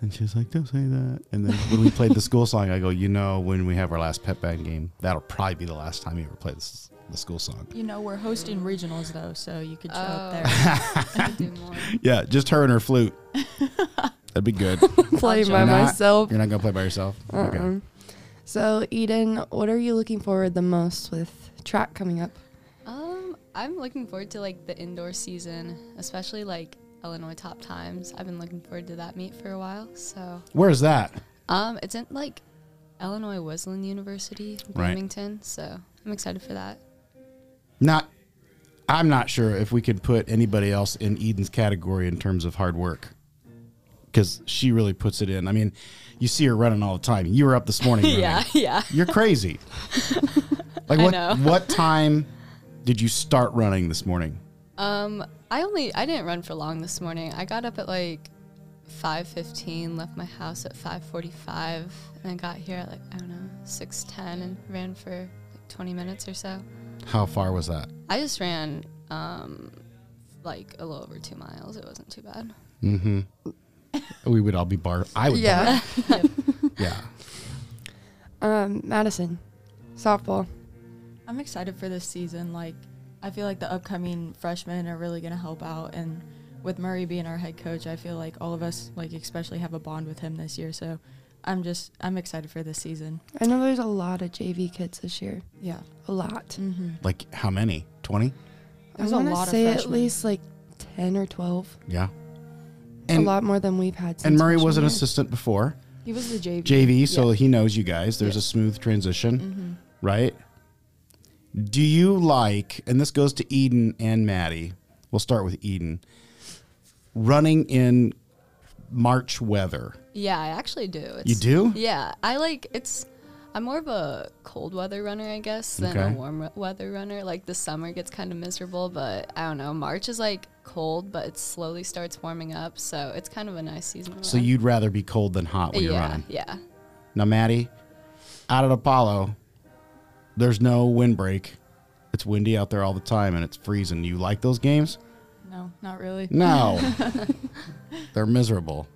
Speaker 1: And she was like, don't say that. And then when we played the school song, I go, you know, when we have our last pep band game, that'll probably be the last time you ever play this, the school song.
Speaker 8: You know, we're hosting regionals though, so you could show up there.
Speaker 1: Oh. Yeah, just her and her flute. That'd be good.
Speaker 7: Play by
Speaker 1: You're not-
Speaker 7: myself. Uh-uh.
Speaker 1: You're not going to play by yourself? Okay.
Speaker 7: So, Eden, what are you looking forward the most with track coming up?
Speaker 9: Um, I'm looking forward to like the indoor season, especially like Illinois Top Times. I've been looking forward to that meet for a while. So,
Speaker 1: Where's that?
Speaker 9: um, it's in like Illinois Wesleyan University,
Speaker 1: Right.
Speaker 9: Bloomington. So I'm excited for that.
Speaker 1: Not, I'm not sure if we could put anybody else in Eden's category in terms of hard work, because she really puts it in. I mean, you see her running all the time. You were up this morning. running.
Speaker 9: Yeah, yeah.
Speaker 1: You're crazy. like
Speaker 9: I
Speaker 1: what?
Speaker 9: know.
Speaker 1: What time did you start running this morning?
Speaker 9: Um, I only I didn't run for long this morning. I got up at like five fifteen, left my house at five forty five, and I got here at like I don't know six ten and ran for like twenty minutes or so.
Speaker 1: How far was that?
Speaker 9: I just ran um like a little over two miles. It wasn't too bad.
Speaker 1: Mm-hmm. We would all be bar. I would. Yeah.
Speaker 7: Yeah.
Speaker 1: yeah.
Speaker 7: Um, Madison, softball.
Speaker 8: I'm excited for this season. Like, I feel like the upcoming freshmen are really going to help out. And with Murray being our head coach, I feel like all of us, like, especially have a bond with him this year. So I'm just, I'm excited for this season.
Speaker 7: I know there's a lot of JV kids this year.
Speaker 8: Yeah.
Speaker 7: A lot.
Speaker 8: Mm-hmm.
Speaker 1: Like how many? Twenty.
Speaker 8: There's
Speaker 7: I
Speaker 8: a
Speaker 7: wanna
Speaker 8: lot of
Speaker 7: say at
Speaker 8: freshmen.
Speaker 7: least like ten or twelve.
Speaker 1: Yeah.
Speaker 7: a
Speaker 1: And
Speaker 7: lot more than we've had. Since
Speaker 1: and Murray was
Speaker 7: freshman
Speaker 1: an
Speaker 7: year.
Speaker 1: assistant before.
Speaker 8: He was the JV.
Speaker 1: JV, so he knows you guys. There's a smooth transition,
Speaker 7: Mm-hmm.
Speaker 1: right? Do you like, and this goes to Eden and Maddie. We'll start with Eden. Running in March weather.
Speaker 9: Yeah, I actually do. It's,
Speaker 1: You do?
Speaker 9: Yeah, I like it's. I'm more of a cold weather runner, I guess, than
Speaker 1: Okay.
Speaker 9: a warm we- weather runner. Like the summer gets kind of miserable, but I don't know. March is like cold, but it slowly starts warming up, so it's kind of a nice season. to
Speaker 1: So
Speaker 9: run.
Speaker 1: you'd rather be cold than hot when you're
Speaker 9: yeah,
Speaker 1: running.
Speaker 9: yeah,
Speaker 1: Now, Maddie, out at Apollo, there's no windbreak. It's windy out there all the time and it's freezing. You like those games?
Speaker 8: No, not really.
Speaker 1: No. They're miserable.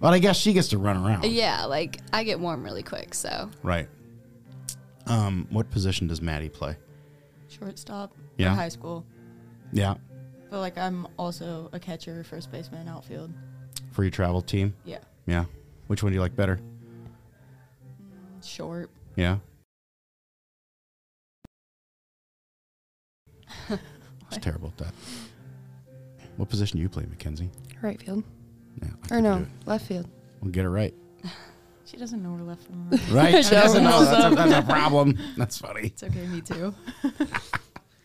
Speaker 1: But I guess she gets to run around.
Speaker 9: yeah. Like I get warm really quick, so
Speaker 1: Right. Um, what position does Maddie play?
Speaker 8: Shortstop
Speaker 1: Yeah.
Speaker 8: for high school.
Speaker 1: Yeah,
Speaker 8: But, like, I'm also a catcher, first baseman, outfield.
Speaker 1: for your travel team.
Speaker 8: Yeah.
Speaker 1: Yeah. Which one do you like better?
Speaker 8: Short.
Speaker 1: Yeah. I was terrible at that. What position do you play, Mackenzie?
Speaker 7: right field
Speaker 1: Yeah, I
Speaker 7: or
Speaker 1: couldn't do
Speaker 7: no
Speaker 1: it.
Speaker 7: left field.
Speaker 1: We'll get it right.
Speaker 8: She doesn't know her left from right.
Speaker 1: Right? she
Speaker 8: That
Speaker 1: doesn't know.
Speaker 8: was
Speaker 1: That's a, that's a problem. That's funny.
Speaker 8: it's okay, me too.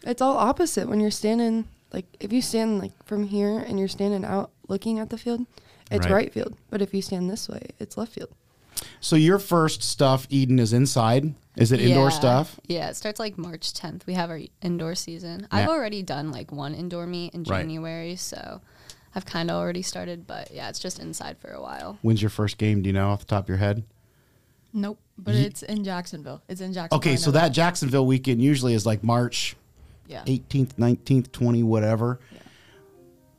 Speaker 7: It's all opposite when you're standing like if you stand like from here and you're standing out looking at the field, it's
Speaker 1: Right.
Speaker 7: right, field. But if you stand this way, it's left field.
Speaker 1: So your first stuff, Eden, is inside. Is it indoor
Speaker 9: Yeah.
Speaker 1: stuff?
Speaker 9: Yeah, it starts like March 10th. We have our indoor season.
Speaker 1: Yeah.
Speaker 9: I've already done like one indoor meet in
Speaker 1: Right.
Speaker 9: January, so I've kind of already started. But yeah, it's just inside for a while.
Speaker 1: When's your first game? Do you know off the top of your head?
Speaker 8: Nope. But
Speaker 1: Ye-
Speaker 8: it's in Jacksonville. It's in Jacksonville. I
Speaker 1: Okay, so
Speaker 8: know
Speaker 1: that Jacksonville weekend usually is like March
Speaker 8: Yeah.
Speaker 1: 18th, 19th, 20, whatever.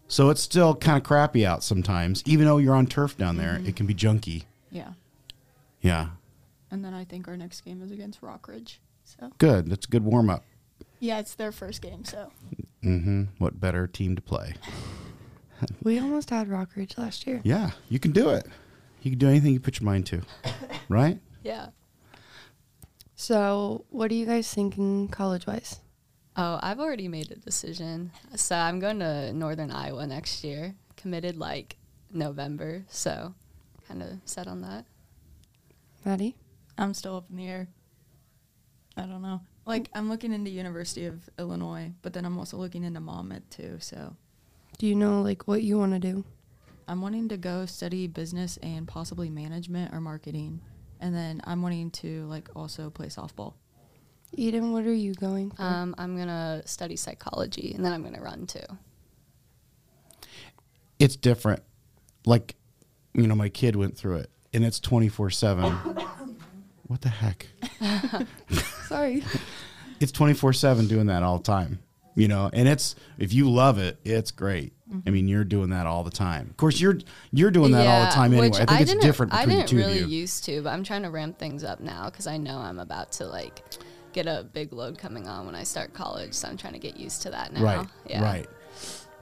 Speaker 1: So it's still kind of crappy out sometimes. Even though you're on turf down there,
Speaker 8: Mm-hmm.
Speaker 1: it can be junky.
Speaker 8: Yeah.
Speaker 1: Yeah.
Speaker 10: And then I think our next game is against Rockridge. So
Speaker 1: Good. That's a good warm up.
Speaker 10: yeah, it's their first game. So
Speaker 1: Mm-hmm. What better team to play?
Speaker 7: We almost had Rockridge last year.
Speaker 1: Yeah, you can do it. You can do anything you put your mind to, right?
Speaker 9: Yeah.
Speaker 7: So what are you guys thinking college wise?
Speaker 9: Oh, I've already made a decision. So I'm going to Northern Iowa next year. Committed like November, so kind of set on that.
Speaker 7: Maddie?
Speaker 8: I'm still up in the air. I don't know. Like I'm looking into University of Illinois, but then I'm also looking into Monmouth too. So
Speaker 7: Do you know like what you want to do?
Speaker 8: I'm wanting to go study business and possibly management or marketing, and then I'm wanting to like also play softball.
Speaker 7: Eden, what are you going for?
Speaker 9: Um, I'm going to study psychology and then I'm going to run too.
Speaker 1: It's different. Like, you know, my kid went through it, and it's twenty four seven. What the heck?
Speaker 7: Sorry.
Speaker 1: it's 24 7 doing that all the time you know and it's if you love it it's great i mean you're doing that all the time of course you're you're doing that all the time anyway
Speaker 9: which
Speaker 1: i think it's
Speaker 9: didn't-
Speaker 1: different
Speaker 9: I
Speaker 1: between the
Speaker 9: didn't
Speaker 1: two
Speaker 9: really
Speaker 1: of you
Speaker 9: used to, but I'm trying to ramp things up now because I know I'm about to like get a big load coming on when I start college. So I'm trying to get used to that now.
Speaker 1: right
Speaker 9: Yeah.
Speaker 1: right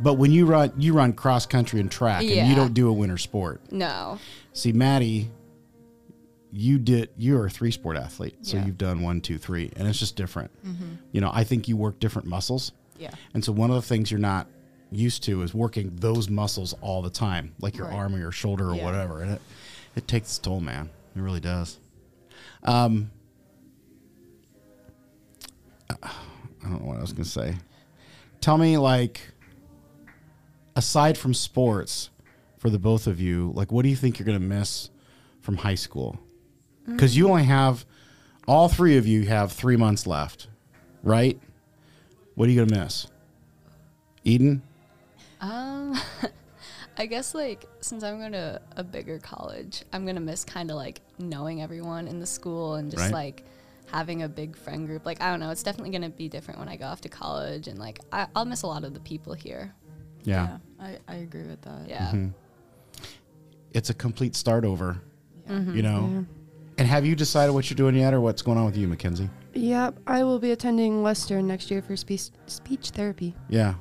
Speaker 1: but when you run you run cross country and track and you
Speaker 9: Yeah.
Speaker 1: don't do a winter sport
Speaker 9: No.
Speaker 1: see maddie you did you're a three sport athlete so
Speaker 8: Yeah. Mm-hmm.
Speaker 1: you've done one two three and it's just different you know i think you work different muscles
Speaker 8: Yeah.
Speaker 1: And so one of the things you're not used to is working those muscles all the time, like your
Speaker 8: Right.
Speaker 1: arm or your shoulder or
Speaker 8: Yeah.
Speaker 1: whatever. And it, it takes its toll, man. It really does. Um, I don't know what I was going to say. Tell me, like, aside from sports, for the both of you, like, what do you think you're going to miss from high school? Because you only have, all three of you have three months left, right? What are you going to miss? Eden?
Speaker 9: Um, I guess like since I'm going to a bigger college, I'm gonna miss kind of like knowing everyone in the school and just
Speaker 1: Right.
Speaker 9: like having a big friend group. Like I don't know, it's definitely gonna be different when I go off to college, and like I, I'll miss a lot of the people here.
Speaker 1: Yeah.
Speaker 8: I, I agree with that.
Speaker 9: Yeah.
Speaker 1: Mhm. It's a complete start over,
Speaker 9: Mhm.
Speaker 1: you know? And have you decided what you're doing yet or what's going on with you, Mackenzie?
Speaker 7: Yep, I will be attending Western next year for speech speech therapy.
Speaker 1: Yeah.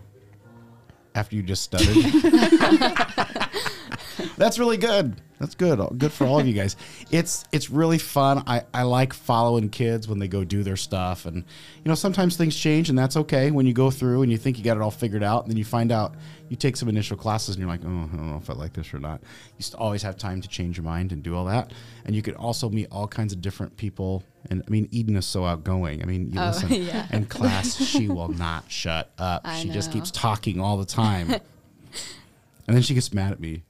Speaker 1: After you just stuttered. That's really good. That's good. Good for all of you guys. It's it's really fun. I, I like following kids when they go do their stuff and you know, sometimes things change and that's okay when you go through and you think you got it all figured out and then you find out you take some initial classes and you're like, Oh, I don't know if I like this or not. You st- always have time to change your mind and do all that. And you could also meet all kinds of different people and I mean Eden is so outgoing. I mean you
Speaker 9: Oh,
Speaker 1: listen
Speaker 9: yeah.
Speaker 1: in class she will not shut up.
Speaker 9: I
Speaker 1: she just
Speaker 9: know.
Speaker 1: keeps talking all the time. and then she gets mad at me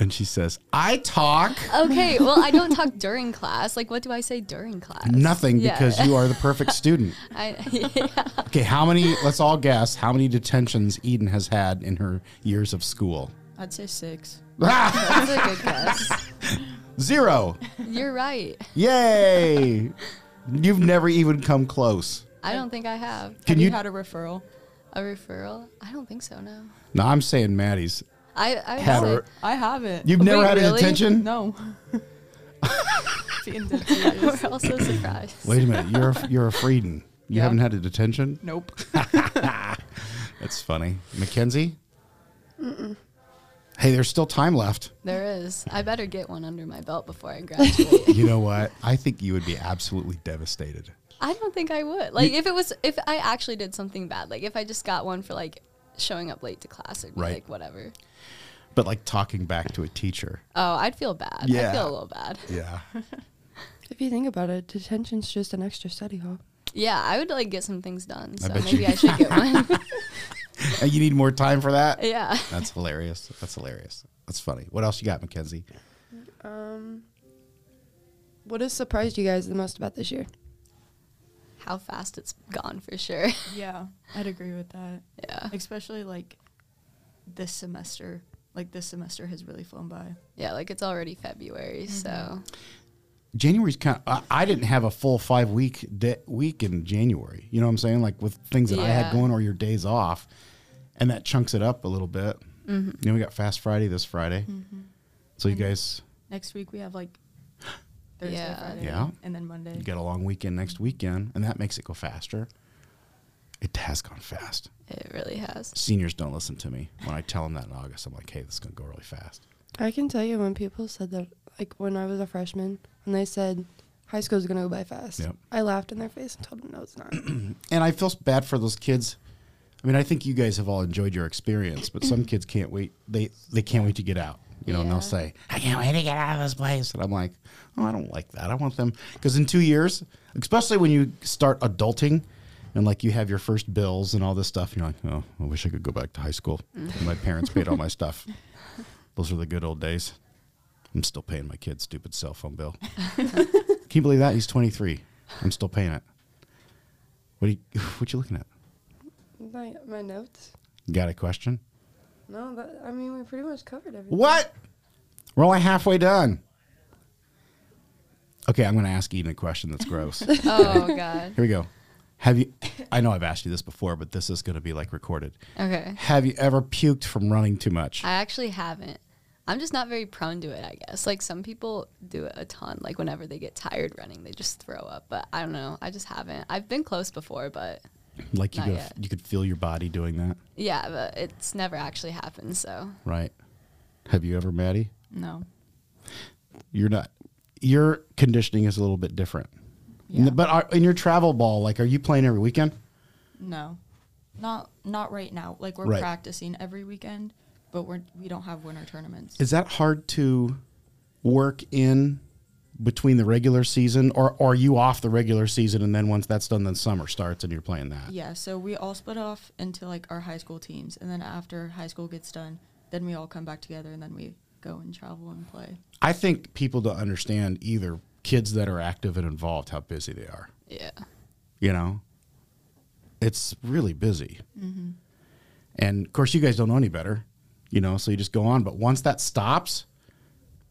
Speaker 1: and she says, I talk
Speaker 9: Okay, well I don't talk during class. Like what do I say during class?
Speaker 1: nothing
Speaker 9: Yeah.
Speaker 1: because you are the perfect student.
Speaker 9: I, yeah.
Speaker 1: Okay, how many, let's all guess, how many detentions Eden has had in her years of school?
Speaker 8: I'd say six.
Speaker 9: That's a good guess.
Speaker 1: Zero.
Speaker 9: You're right.
Speaker 1: Yay. You've never even come close.
Speaker 9: I don't think I have.
Speaker 1: Can
Speaker 8: have you,
Speaker 1: you-
Speaker 8: had a referral?
Speaker 9: A referral? I don't think so. No.
Speaker 1: No, I'm saying Maddie's.
Speaker 9: I I would
Speaker 1: Had
Speaker 9: say-
Speaker 1: her-
Speaker 8: I haven't.
Speaker 1: You've never
Speaker 9: Wait,
Speaker 1: had a
Speaker 9: really?
Speaker 1: detention?
Speaker 8: No. Being dead serious.
Speaker 9: We're also surprised.
Speaker 1: Wait a minute. You're a, you're a Frieden. You
Speaker 8: Yeah.
Speaker 1: haven't had a detention?
Speaker 8: Nope.
Speaker 1: That's funny. Mackenzie? Hey, there's still time left.
Speaker 9: There is. I better get one under my belt before I graduate.
Speaker 1: You know what? I think you would be absolutely devastated.
Speaker 9: I don't think I would. Like if it was if I actually did something bad, like if I just got one for like showing up late to class, it'd be
Speaker 1: Right.
Speaker 9: like whatever.
Speaker 1: But like talking back to a teacher.
Speaker 9: Oh, I'd feel bad.
Speaker 1: Yeah.
Speaker 9: I feel a little bad.
Speaker 1: Yeah.
Speaker 7: If you think about it, detention's just an extra study hall.
Speaker 9: Yeah, I would like get some things done. So
Speaker 1: bet
Speaker 9: maybe
Speaker 1: you-
Speaker 9: I should get one.
Speaker 1: and you need more time for that?
Speaker 9: yeah.
Speaker 1: That's hilarious. That's hilarious. That's funny. What else you got, Mackenzie?
Speaker 7: Um, what has surprised you guys the most about this year?
Speaker 9: How fast it's gone for sure.
Speaker 8: yeah, I'd agree with that.
Speaker 9: Yeah.
Speaker 8: Especially like this semester. Like this semester has really flown by.
Speaker 9: Yeah, like it's already February, so
Speaker 1: January's kind of, I, I didn't have a full five week de- week in January. You know what I'm saying? Like with things that I had
Speaker 9: Yeah.
Speaker 1: going or your days off. And that chunks it up a little bit. Mm-hmm. You know, we got Fast Friday this Friday. So you guys,
Speaker 8: Next week we have like Thursday,
Speaker 9: Yeah.
Speaker 8: Friday,
Speaker 1: Yeah.
Speaker 8: and then Monday.
Speaker 1: you got a long weekend next weekend, and that makes it go faster. It has gone fast.
Speaker 9: it really has.
Speaker 1: Seniors don't listen to me. When I tell them that in August, I'm like, hey, this is going to go really fast.
Speaker 7: I can tell you when people said that, like when I was a freshman, when they said high school is going to go by fast,
Speaker 1: Yep.
Speaker 7: I laughed in their face and told them no, it's not.
Speaker 1: and I feel bad for those kids. I mean, I think you guys have all enjoyed your experience, but some kids can't wait. They they can't wait to get out. You know, and they'll
Speaker 9: Yeah.
Speaker 1: say, "I can't wait to get out of this place," and I'm like, "Oh, I don't like that. I want them because in two years, especially when you start adulting." And like you have your first bills and all this stuff, and you're like, oh, I wish I could go back to high school. And my parents paid all my stuff. Those are the good old days. I'm still paying my kid's stupid cell phone bill. Can you believe that? He's 23. I'm still paying it. What are you, what you looking at?
Speaker 7: my, my notes?
Speaker 1: You got a question?
Speaker 7: No, that, I mean, we pretty much covered everything.
Speaker 1: What? We're only halfway done. Okay, I'm going to ask Eden a question that's gross. Here
Speaker 9: Oh god.
Speaker 1: we go. Have you? I know I've asked you this before, but this is going to be like recorded.
Speaker 9: Okay.
Speaker 1: Have you ever puked from running too much?
Speaker 9: I actually haven't. I'm just not very prone to it, I guess. Like some people do it a ton. Like whenever they get tired running, they just throw up. But I don't know. I just haven't. I've been close before, but
Speaker 1: like you
Speaker 9: not
Speaker 1: could,
Speaker 9: yet.
Speaker 1: you could feel your body doing that,
Speaker 9: yeah, but it's never actually happened. So
Speaker 1: right? Have you ever, Maddie?
Speaker 8: No.
Speaker 1: You're not. Your conditioning is a little bit different. N-
Speaker 8: Yeah.
Speaker 1: But are, in your travel ball, like, are you playing every weekend?
Speaker 8: No. Not not right now. Like we're
Speaker 1: Right.
Speaker 8: practicing every weekend, but we're we don't have winter tournaments.
Speaker 1: Is that hard to work in between the regular season, or, or are you off the regular season and then once that's done, then summer starts and you're playing that?
Speaker 8: Yeah, so we all split off into like our high school teams, and then after high school gets done, then we all come back together, and then we go and travel and play.
Speaker 1: I think people don't understand either kids that are active and involved how busy they are.
Speaker 9: Yeah.
Speaker 1: You know, it's really busy.
Speaker 9: Mm-hmm.
Speaker 1: And of course, you guys don't know any better, you know, so you just go on. But once that stops,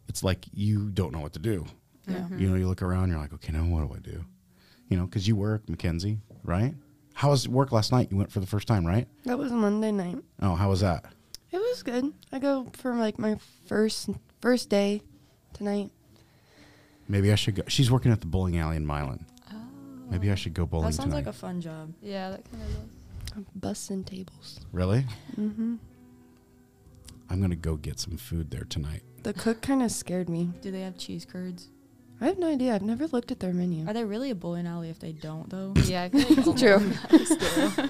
Speaker 1: it's like you don't know what to do.
Speaker 8: Yeah.
Speaker 1: You know, you look around, you're like, okay, now what do I do? You know, because you work, Mackenzie, right? How was work last night? You went for the first time, right?
Speaker 7: That was Monday night.
Speaker 1: Oh, how was that?
Speaker 7: It was good. I go for like my first first day tonight.
Speaker 1: Maybe I should go. She's working at the bowling alley in Milan. Maybe I should go bowling
Speaker 8: Oh. that sounds
Speaker 1: tonight.
Speaker 8: like a fun job.
Speaker 9: Yeah, that kind of
Speaker 7: I'm busting tables.
Speaker 1: really?
Speaker 7: Mm-hmm.
Speaker 1: I'm going to go get some food there tonight.
Speaker 7: The cook kind of scared me.
Speaker 8: Do they have cheese curds?
Speaker 7: I have no idea. I've never looked at their menu.
Speaker 8: Are they really a bowling alley if they don't though?
Speaker 9: Yeah, I feel like all
Speaker 7: True.
Speaker 9: bowling alleys do.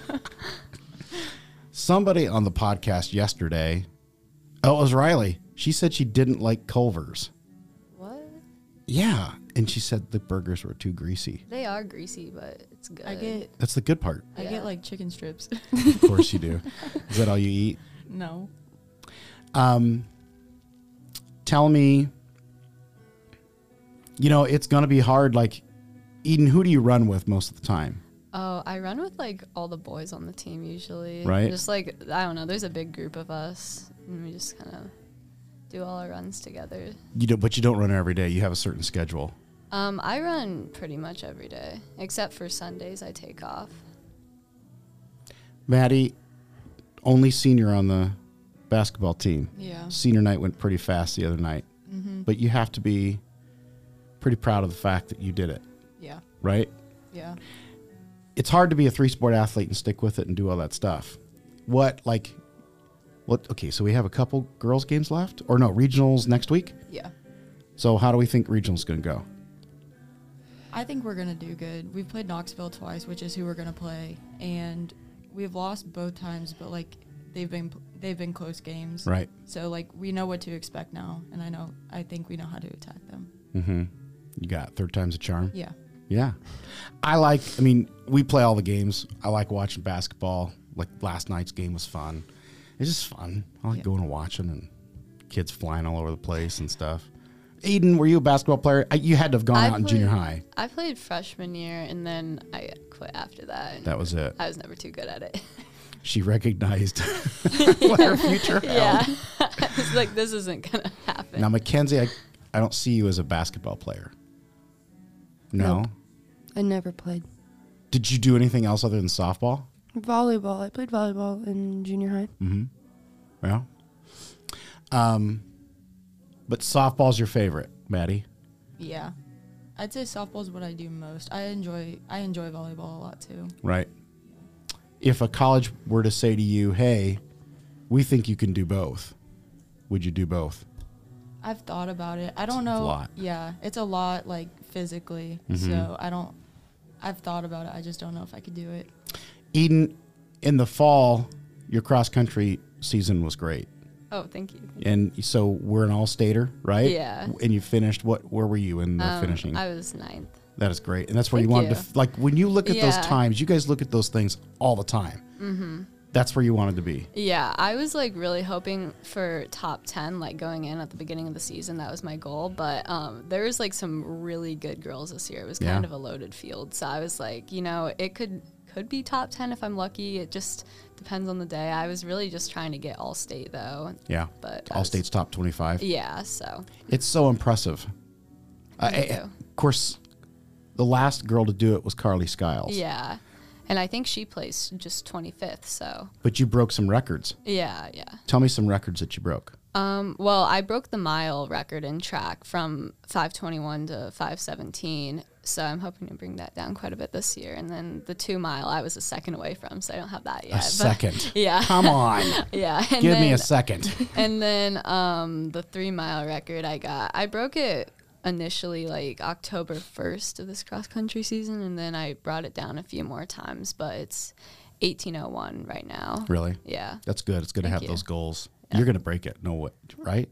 Speaker 1: Somebody on the podcast yesterday, oh, it was Riley. She said she didn't like Culver's.
Speaker 9: What?
Speaker 1: Yeah. And she said the burgers were too greasy.
Speaker 9: They are greasy, but it's good.
Speaker 8: I get
Speaker 1: That's the good part.
Speaker 8: I
Speaker 9: Yeah.
Speaker 8: get like chicken strips.
Speaker 1: Of course you do. Is that all you eat?
Speaker 8: no.
Speaker 1: Um, tell me, you know, it's going to be hard. Like, Eden, who do you run with most of the time?
Speaker 9: Oh, I run with like all the boys on the team usually.
Speaker 1: Right.
Speaker 9: Just like I don't know, there's a big group of us, and we just kind of do all our runs together.
Speaker 1: You do, but you don't run every day. You have a certain schedule.
Speaker 9: Um, I run pretty much every day, except for Sundays. I take off.
Speaker 1: Maddie, only senior on the basketball team.
Speaker 8: Yeah. Mm-hmm.
Speaker 1: Senior night went pretty fast the other night, but you have to be pretty proud of the fact that you did it,
Speaker 8: Yeah.
Speaker 1: right?
Speaker 8: Yeah.
Speaker 1: It's hard to be a three sport athlete and stick with it and do all that stuff. What, like, what? Okay, so we have a couple girls' games left, or no, regionals next week.
Speaker 8: Yeah.
Speaker 1: So, how do we think regionals going to go?
Speaker 8: I think we're gonna do good. We've played Knoxville twice, which is who we're gonna play, and we've lost both times. But like they've been they've been close games,
Speaker 1: Right.
Speaker 8: so like we know what to expect now, and I know I think we know how to attack them.
Speaker 1: Mm-hmm. You got third time's a charm.
Speaker 8: Yeah,
Speaker 1: Yeah. I like, I mean, we play all the games. I like watching basketball. Like last night's game was fun. It's just fun. I like
Speaker 8: Yeah.
Speaker 1: going and watching and kids flying all over the place and stuff. Aiden, were you a basketball player? I, you had to have gone
Speaker 9: I
Speaker 1: out in junior
Speaker 9: played-
Speaker 1: high.
Speaker 9: I played freshman year, and then I quit after that. and
Speaker 1: That was it.
Speaker 9: I was never too good at it.
Speaker 1: She recognized what her future held.
Speaker 9: yeah. it's like this isn't gonna happen.
Speaker 1: Now, Mackenzie, I, I don't see you as a basketball player. No.
Speaker 7: Nope. I never played
Speaker 1: Did you do anything else other than softball?
Speaker 7: volleyball. I played volleyball in junior high.
Speaker 1: Mm-hmm. Yeah. Um, but softball's your favorite, Maddie.
Speaker 8: yeah. I'd say softball is what I do most. I enjoy I enjoy volleyball a lot too.
Speaker 1: Right. If a college were to say to you, "Hey, we think you can do both," would you do both?
Speaker 8: I've thought about it. I don't
Speaker 1: It's a
Speaker 8: know.
Speaker 1: lot. Mm-hmm.
Speaker 8: Yeah, it's a lot like physically. So I don't. I've thought about it. I just don't know if I could do it.
Speaker 1: Eden, in the fall, your cross country season was great,
Speaker 9: Oh, thank you.
Speaker 1: and so we're an all stater, right?
Speaker 9: Yeah.
Speaker 1: And you finished what? Where were you in the
Speaker 9: Um,
Speaker 1: finishing?
Speaker 9: I was ninth.
Speaker 1: that is great, and that's where you
Speaker 9: Thank
Speaker 1: wanted to
Speaker 9: you.
Speaker 1: f- like when you look at
Speaker 9: Yeah.
Speaker 1: those times. You guys look at those things all the time. Mm-hmm. That's where you wanted to be.
Speaker 9: Yeah, I was like really hoping for top 10, like going in at the beginning of the season. That was my goal. But um, there was like some really good girls this year. It was kind
Speaker 1: Yeah.
Speaker 9: of a loaded field. So I was like, you know, it could could be top 10 if I'm lucky. It just depends on the day. I was really just trying to get all state though.
Speaker 1: Yeah.
Speaker 9: But I
Speaker 1: All
Speaker 9: was-
Speaker 1: states top 25.
Speaker 9: Yeah, so
Speaker 1: It's so impressive. I,
Speaker 9: Thank
Speaker 1: I-
Speaker 9: you.
Speaker 1: of course, the last girl to do it was Carly Skiles.
Speaker 9: yeah. And I think she placed just 25th. So
Speaker 1: But you broke some records.
Speaker 9: yeah, yeah.
Speaker 1: Tell me some records that you broke.
Speaker 9: Um, well, I broke the mile record in track from 521 to 517. So I'm hoping to bring that down quite a bit this year. And then the two mile, I was a second away from, so I don't have that yet.
Speaker 1: a second.
Speaker 9: yeah.
Speaker 1: Come on.
Speaker 9: yeah. And
Speaker 1: Give
Speaker 9: then,
Speaker 1: me a second.
Speaker 9: And then um, the three mile record I got, I broke it initially like October 1st of this cross country season. And then I brought it down a few more times, but it's 1801 right now.
Speaker 1: really?
Speaker 9: Oh, Yeah.
Speaker 1: That's good. It's good to
Speaker 9: Thank
Speaker 1: have
Speaker 9: you.
Speaker 1: those goals. You're going to break it. No, what? Right?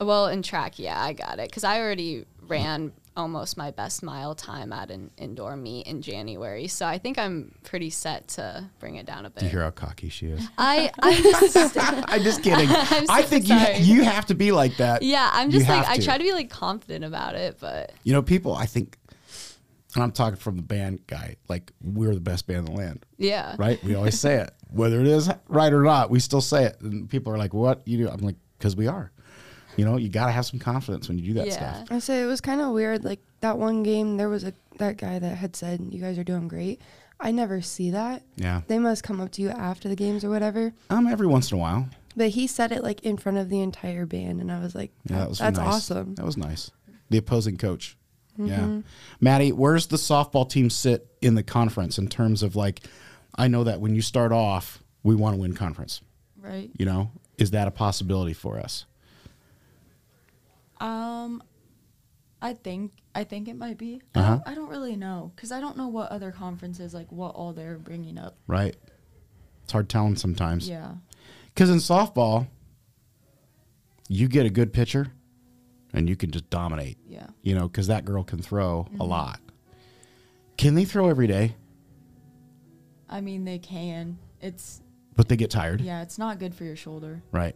Speaker 9: Well, in track, yeah, I got it because I already ran almost my best mile time at an indoor meet in January. So I think I'm pretty set to bring it down a
Speaker 1: Do you
Speaker 9: bit.
Speaker 1: hear how cocky she is?
Speaker 9: I I'm just,
Speaker 1: I'm just kidding.
Speaker 9: I'm
Speaker 1: I
Speaker 9: so
Speaker 1: think
Speaker 9: sorry.
Speaker 1: you you have to be like that.
Speaker 9: yeah, I'm
Speaker 1: You
Speaker 9: just like
Speaker 1: have
Speaker 9: I try to be like confident about it, but
Speaker 1: You know, people. I think, and I'm talking from the band guy. Like we're the best band in the land.
Speaker 9: yeah.
Speaker 1: right? We always say it, whether it is right or not. We still say it, and people are like, "What you do?" I'm like, "Cause we are." You know, you gotta have some confidence when you do that
Speaker 9: Yeah.
Speaker 1: stuff.
Speaker 7: I say it was kind of weird. Like that one game, there was a that guy that had said, "You guys are doing great." I never see that.
Speaker 1: Yeah.
Speaker 7: They must come up to you after the games or whatever.
Speaker 1: Um, every once in a while.
Speaker 7: But he said it like in front of the entire band, and I was like,
Speaker 1: Yeah, that was
Speaker 7: "That's
Speaker 1: nice.
Speaker 7: awesome."
Speaker 1: That was nice. The opposing coach.
Speaker 9: Mm-hmm.
Speaker 1: Yeah, Maddie, where's the softball team sit in the conference in terms of like? I know that when you start off, we want to win conference.
Speaker 8: Right.
Speaker 1: You know, is that a possibility for us?
Speaker 8: Um, I think I think it might be.
Speaker 1: Uh-huh.
Speaker 8: I, don't, I don't really know because I don't know what other conferences like what all they're bringing up.
Speaker 1: Right. It's hard telling sometimes.
Speaker 8: Yeah.
Speaker 1: Because in softball, you get a good pitcher and you can just dominate.
Speaker 8: Yeah. Mm-hmm.
Speaker 1: You know, because that girl can throw a lot. Can they throw every day?
Speaker 8: I mean, they can. It's
Speaker 1: But they get tired.
Speaker 8: yeah, it's not good for your shoulder.
Speaker 1: Right.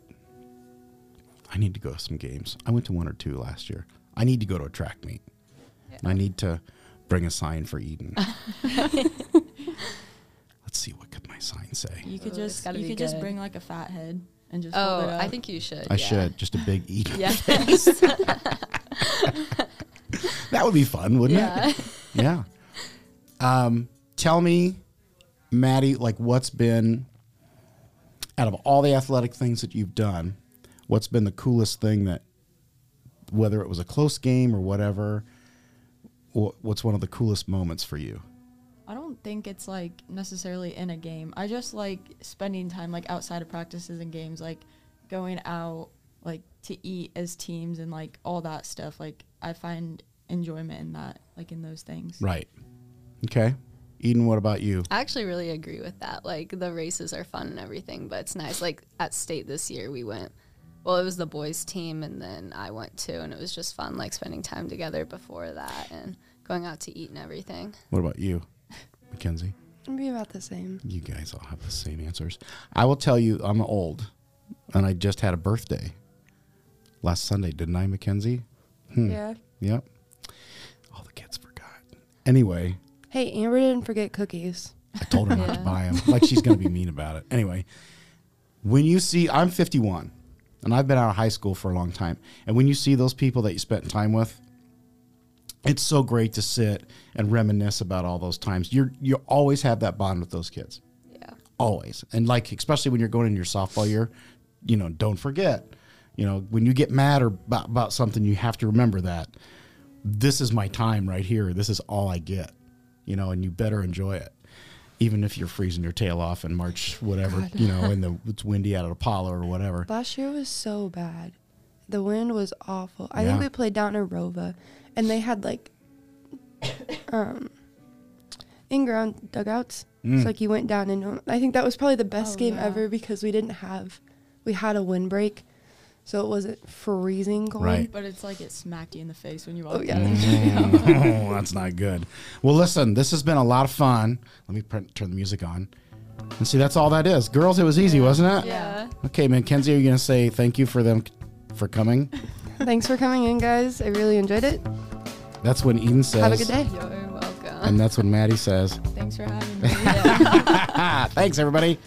Speaker 1: I need to go to some games. I went to one or two last year. I need to go to a track meet. I need to bring a sign for Eden. Let's see what could my sign say.
Speaker 8: You could
Speaker 9: Ooh, it's
Speaker 8: just you
Speaker 9: gotta
Speaker 8: could
Speaker 9: be
Speaker 8: just
Speaker 9: good.
Speaker 8: bring like a fat head and just hold
Speaker 9: Oh,
Speaker 8: it
Speaker 9: I
Speaker 8: up.
Speaker 9: think you should.
Speaker 1: I
Speaker 9: yeah.
Speaker 1: should just a big Eden.
Speaker 9: Yes.
Speaker 1: That would be fun, wouldn't
Speaker 9: Yeah.
Speaker 1: it? Yeah. Um, tell me, Maddie, like what's been out of all the athletic things that you've done, what's been the coolest thing that, whether it was a close game or whatever, wh- what's one of the coolest moments for you?
Speaker 8: I don't think it's like necessarily in a game. I just like spending time like outside of practices and games, like going out like to eat as teams and like all that stuff. Like I find enjoyment in that, like in those things.
Speaker 1: Right. Okay. Eden, what about you?
Speaker 9: I actually really agree with that. Like the races are fun and everything, but it's nice. Like at state this year, we went. Well, it was the boys' team, and then I went too, and it was just fun, like spending time together before that and going out to eat and everything.
Speaker 1: What about you, Mackenzie?
Speaker 7: It'd be about the same.
Speaker 1: You guys all have the same answers. I will tell you, I'm old, and I just had a birthday last Sunday, didn't I, Mackenzie? Hmm.
Speaker 7: Yeah.
Speaker 1: Yep. All the kids forgot. Anyway,
Speaker 7: Hey, Amber didn't forget cookies.
Speaker 1: I told her not to
Speaker 9: Yeah.
Speaker 1: buy them. Like she's going to be mean about it. Anyway, when you see, I'm 51, and I've been out of high school for a long time. And when you see those people that you spent time with, it's so great to sit and reminisce about all those times. You're you always have that bond with those kids
Speaker 9: Yeah.
Speaker 1: always and like especially when you're going in your sophomore year you know don't forget you know when you get mad or about, about something you have to remember that this is my time right here this is all i get you know and you better enjoy it even if you're freezing your tail off in march whatever you know and the, it's windy out at apollo or whatever
Speaker 7: Last year was so bad. The wind was awful. I
Speaker 1: Yeah.
Speaker 7: think we played down in Rova, and they had like um in-ground dugouts.
Speaker 1: Mm.
Speaker 7: So like you went down and I think that was probably the best
Speaker 8: Oh,
Speaker 7: game
Speaker 8: yeah.
Speaker 7: ever because we didn't have we had a windbreak, so it wasn't freezing cold.
Speaker 1: Right.
Speaker 8: But it's like it smacked you in the face when you
Speaker 7: Oh
Speaker 8: walked
Speaker 7: yeah.
Speaker 8: in.
Speaker 1: Mm, that's not good. Well, listen, this has been a lot of fun. Let me print, turn the music on. And see, that's all that is. Girls, it was easy, wasn't it?
Speaker 9: Yeah.
Speaker 1: Okay, Mackenzie, are you going to say thank you for them for coming?
Speaker 7: Thanks for coming in, guys. I really enjoyed it.
Speaker 1: That's when Eden says.
Speaker 7: Have a good day.
Speaker 9: You're welcome.
Speaker 1: And that's when Maddie says.
Speaker 8: Thanks for having me.
Speaker 1: Ah, thanks, everybody.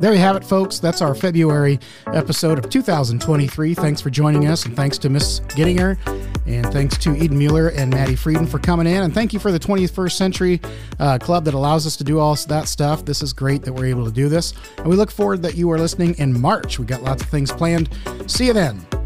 Speaker 3: There you have it, folks. That's our February episode of 2023. Thanks for joining us, and thanks to Miss Gettinger, and thanks to Eden Mueller and Maddie Frieden for coming in. And thank you for the 21st Century uh, Club that allows us to do all that stuff. This is great that we're able to do this. And we look forward that you are listening in March. we got lots of things planned. See you then.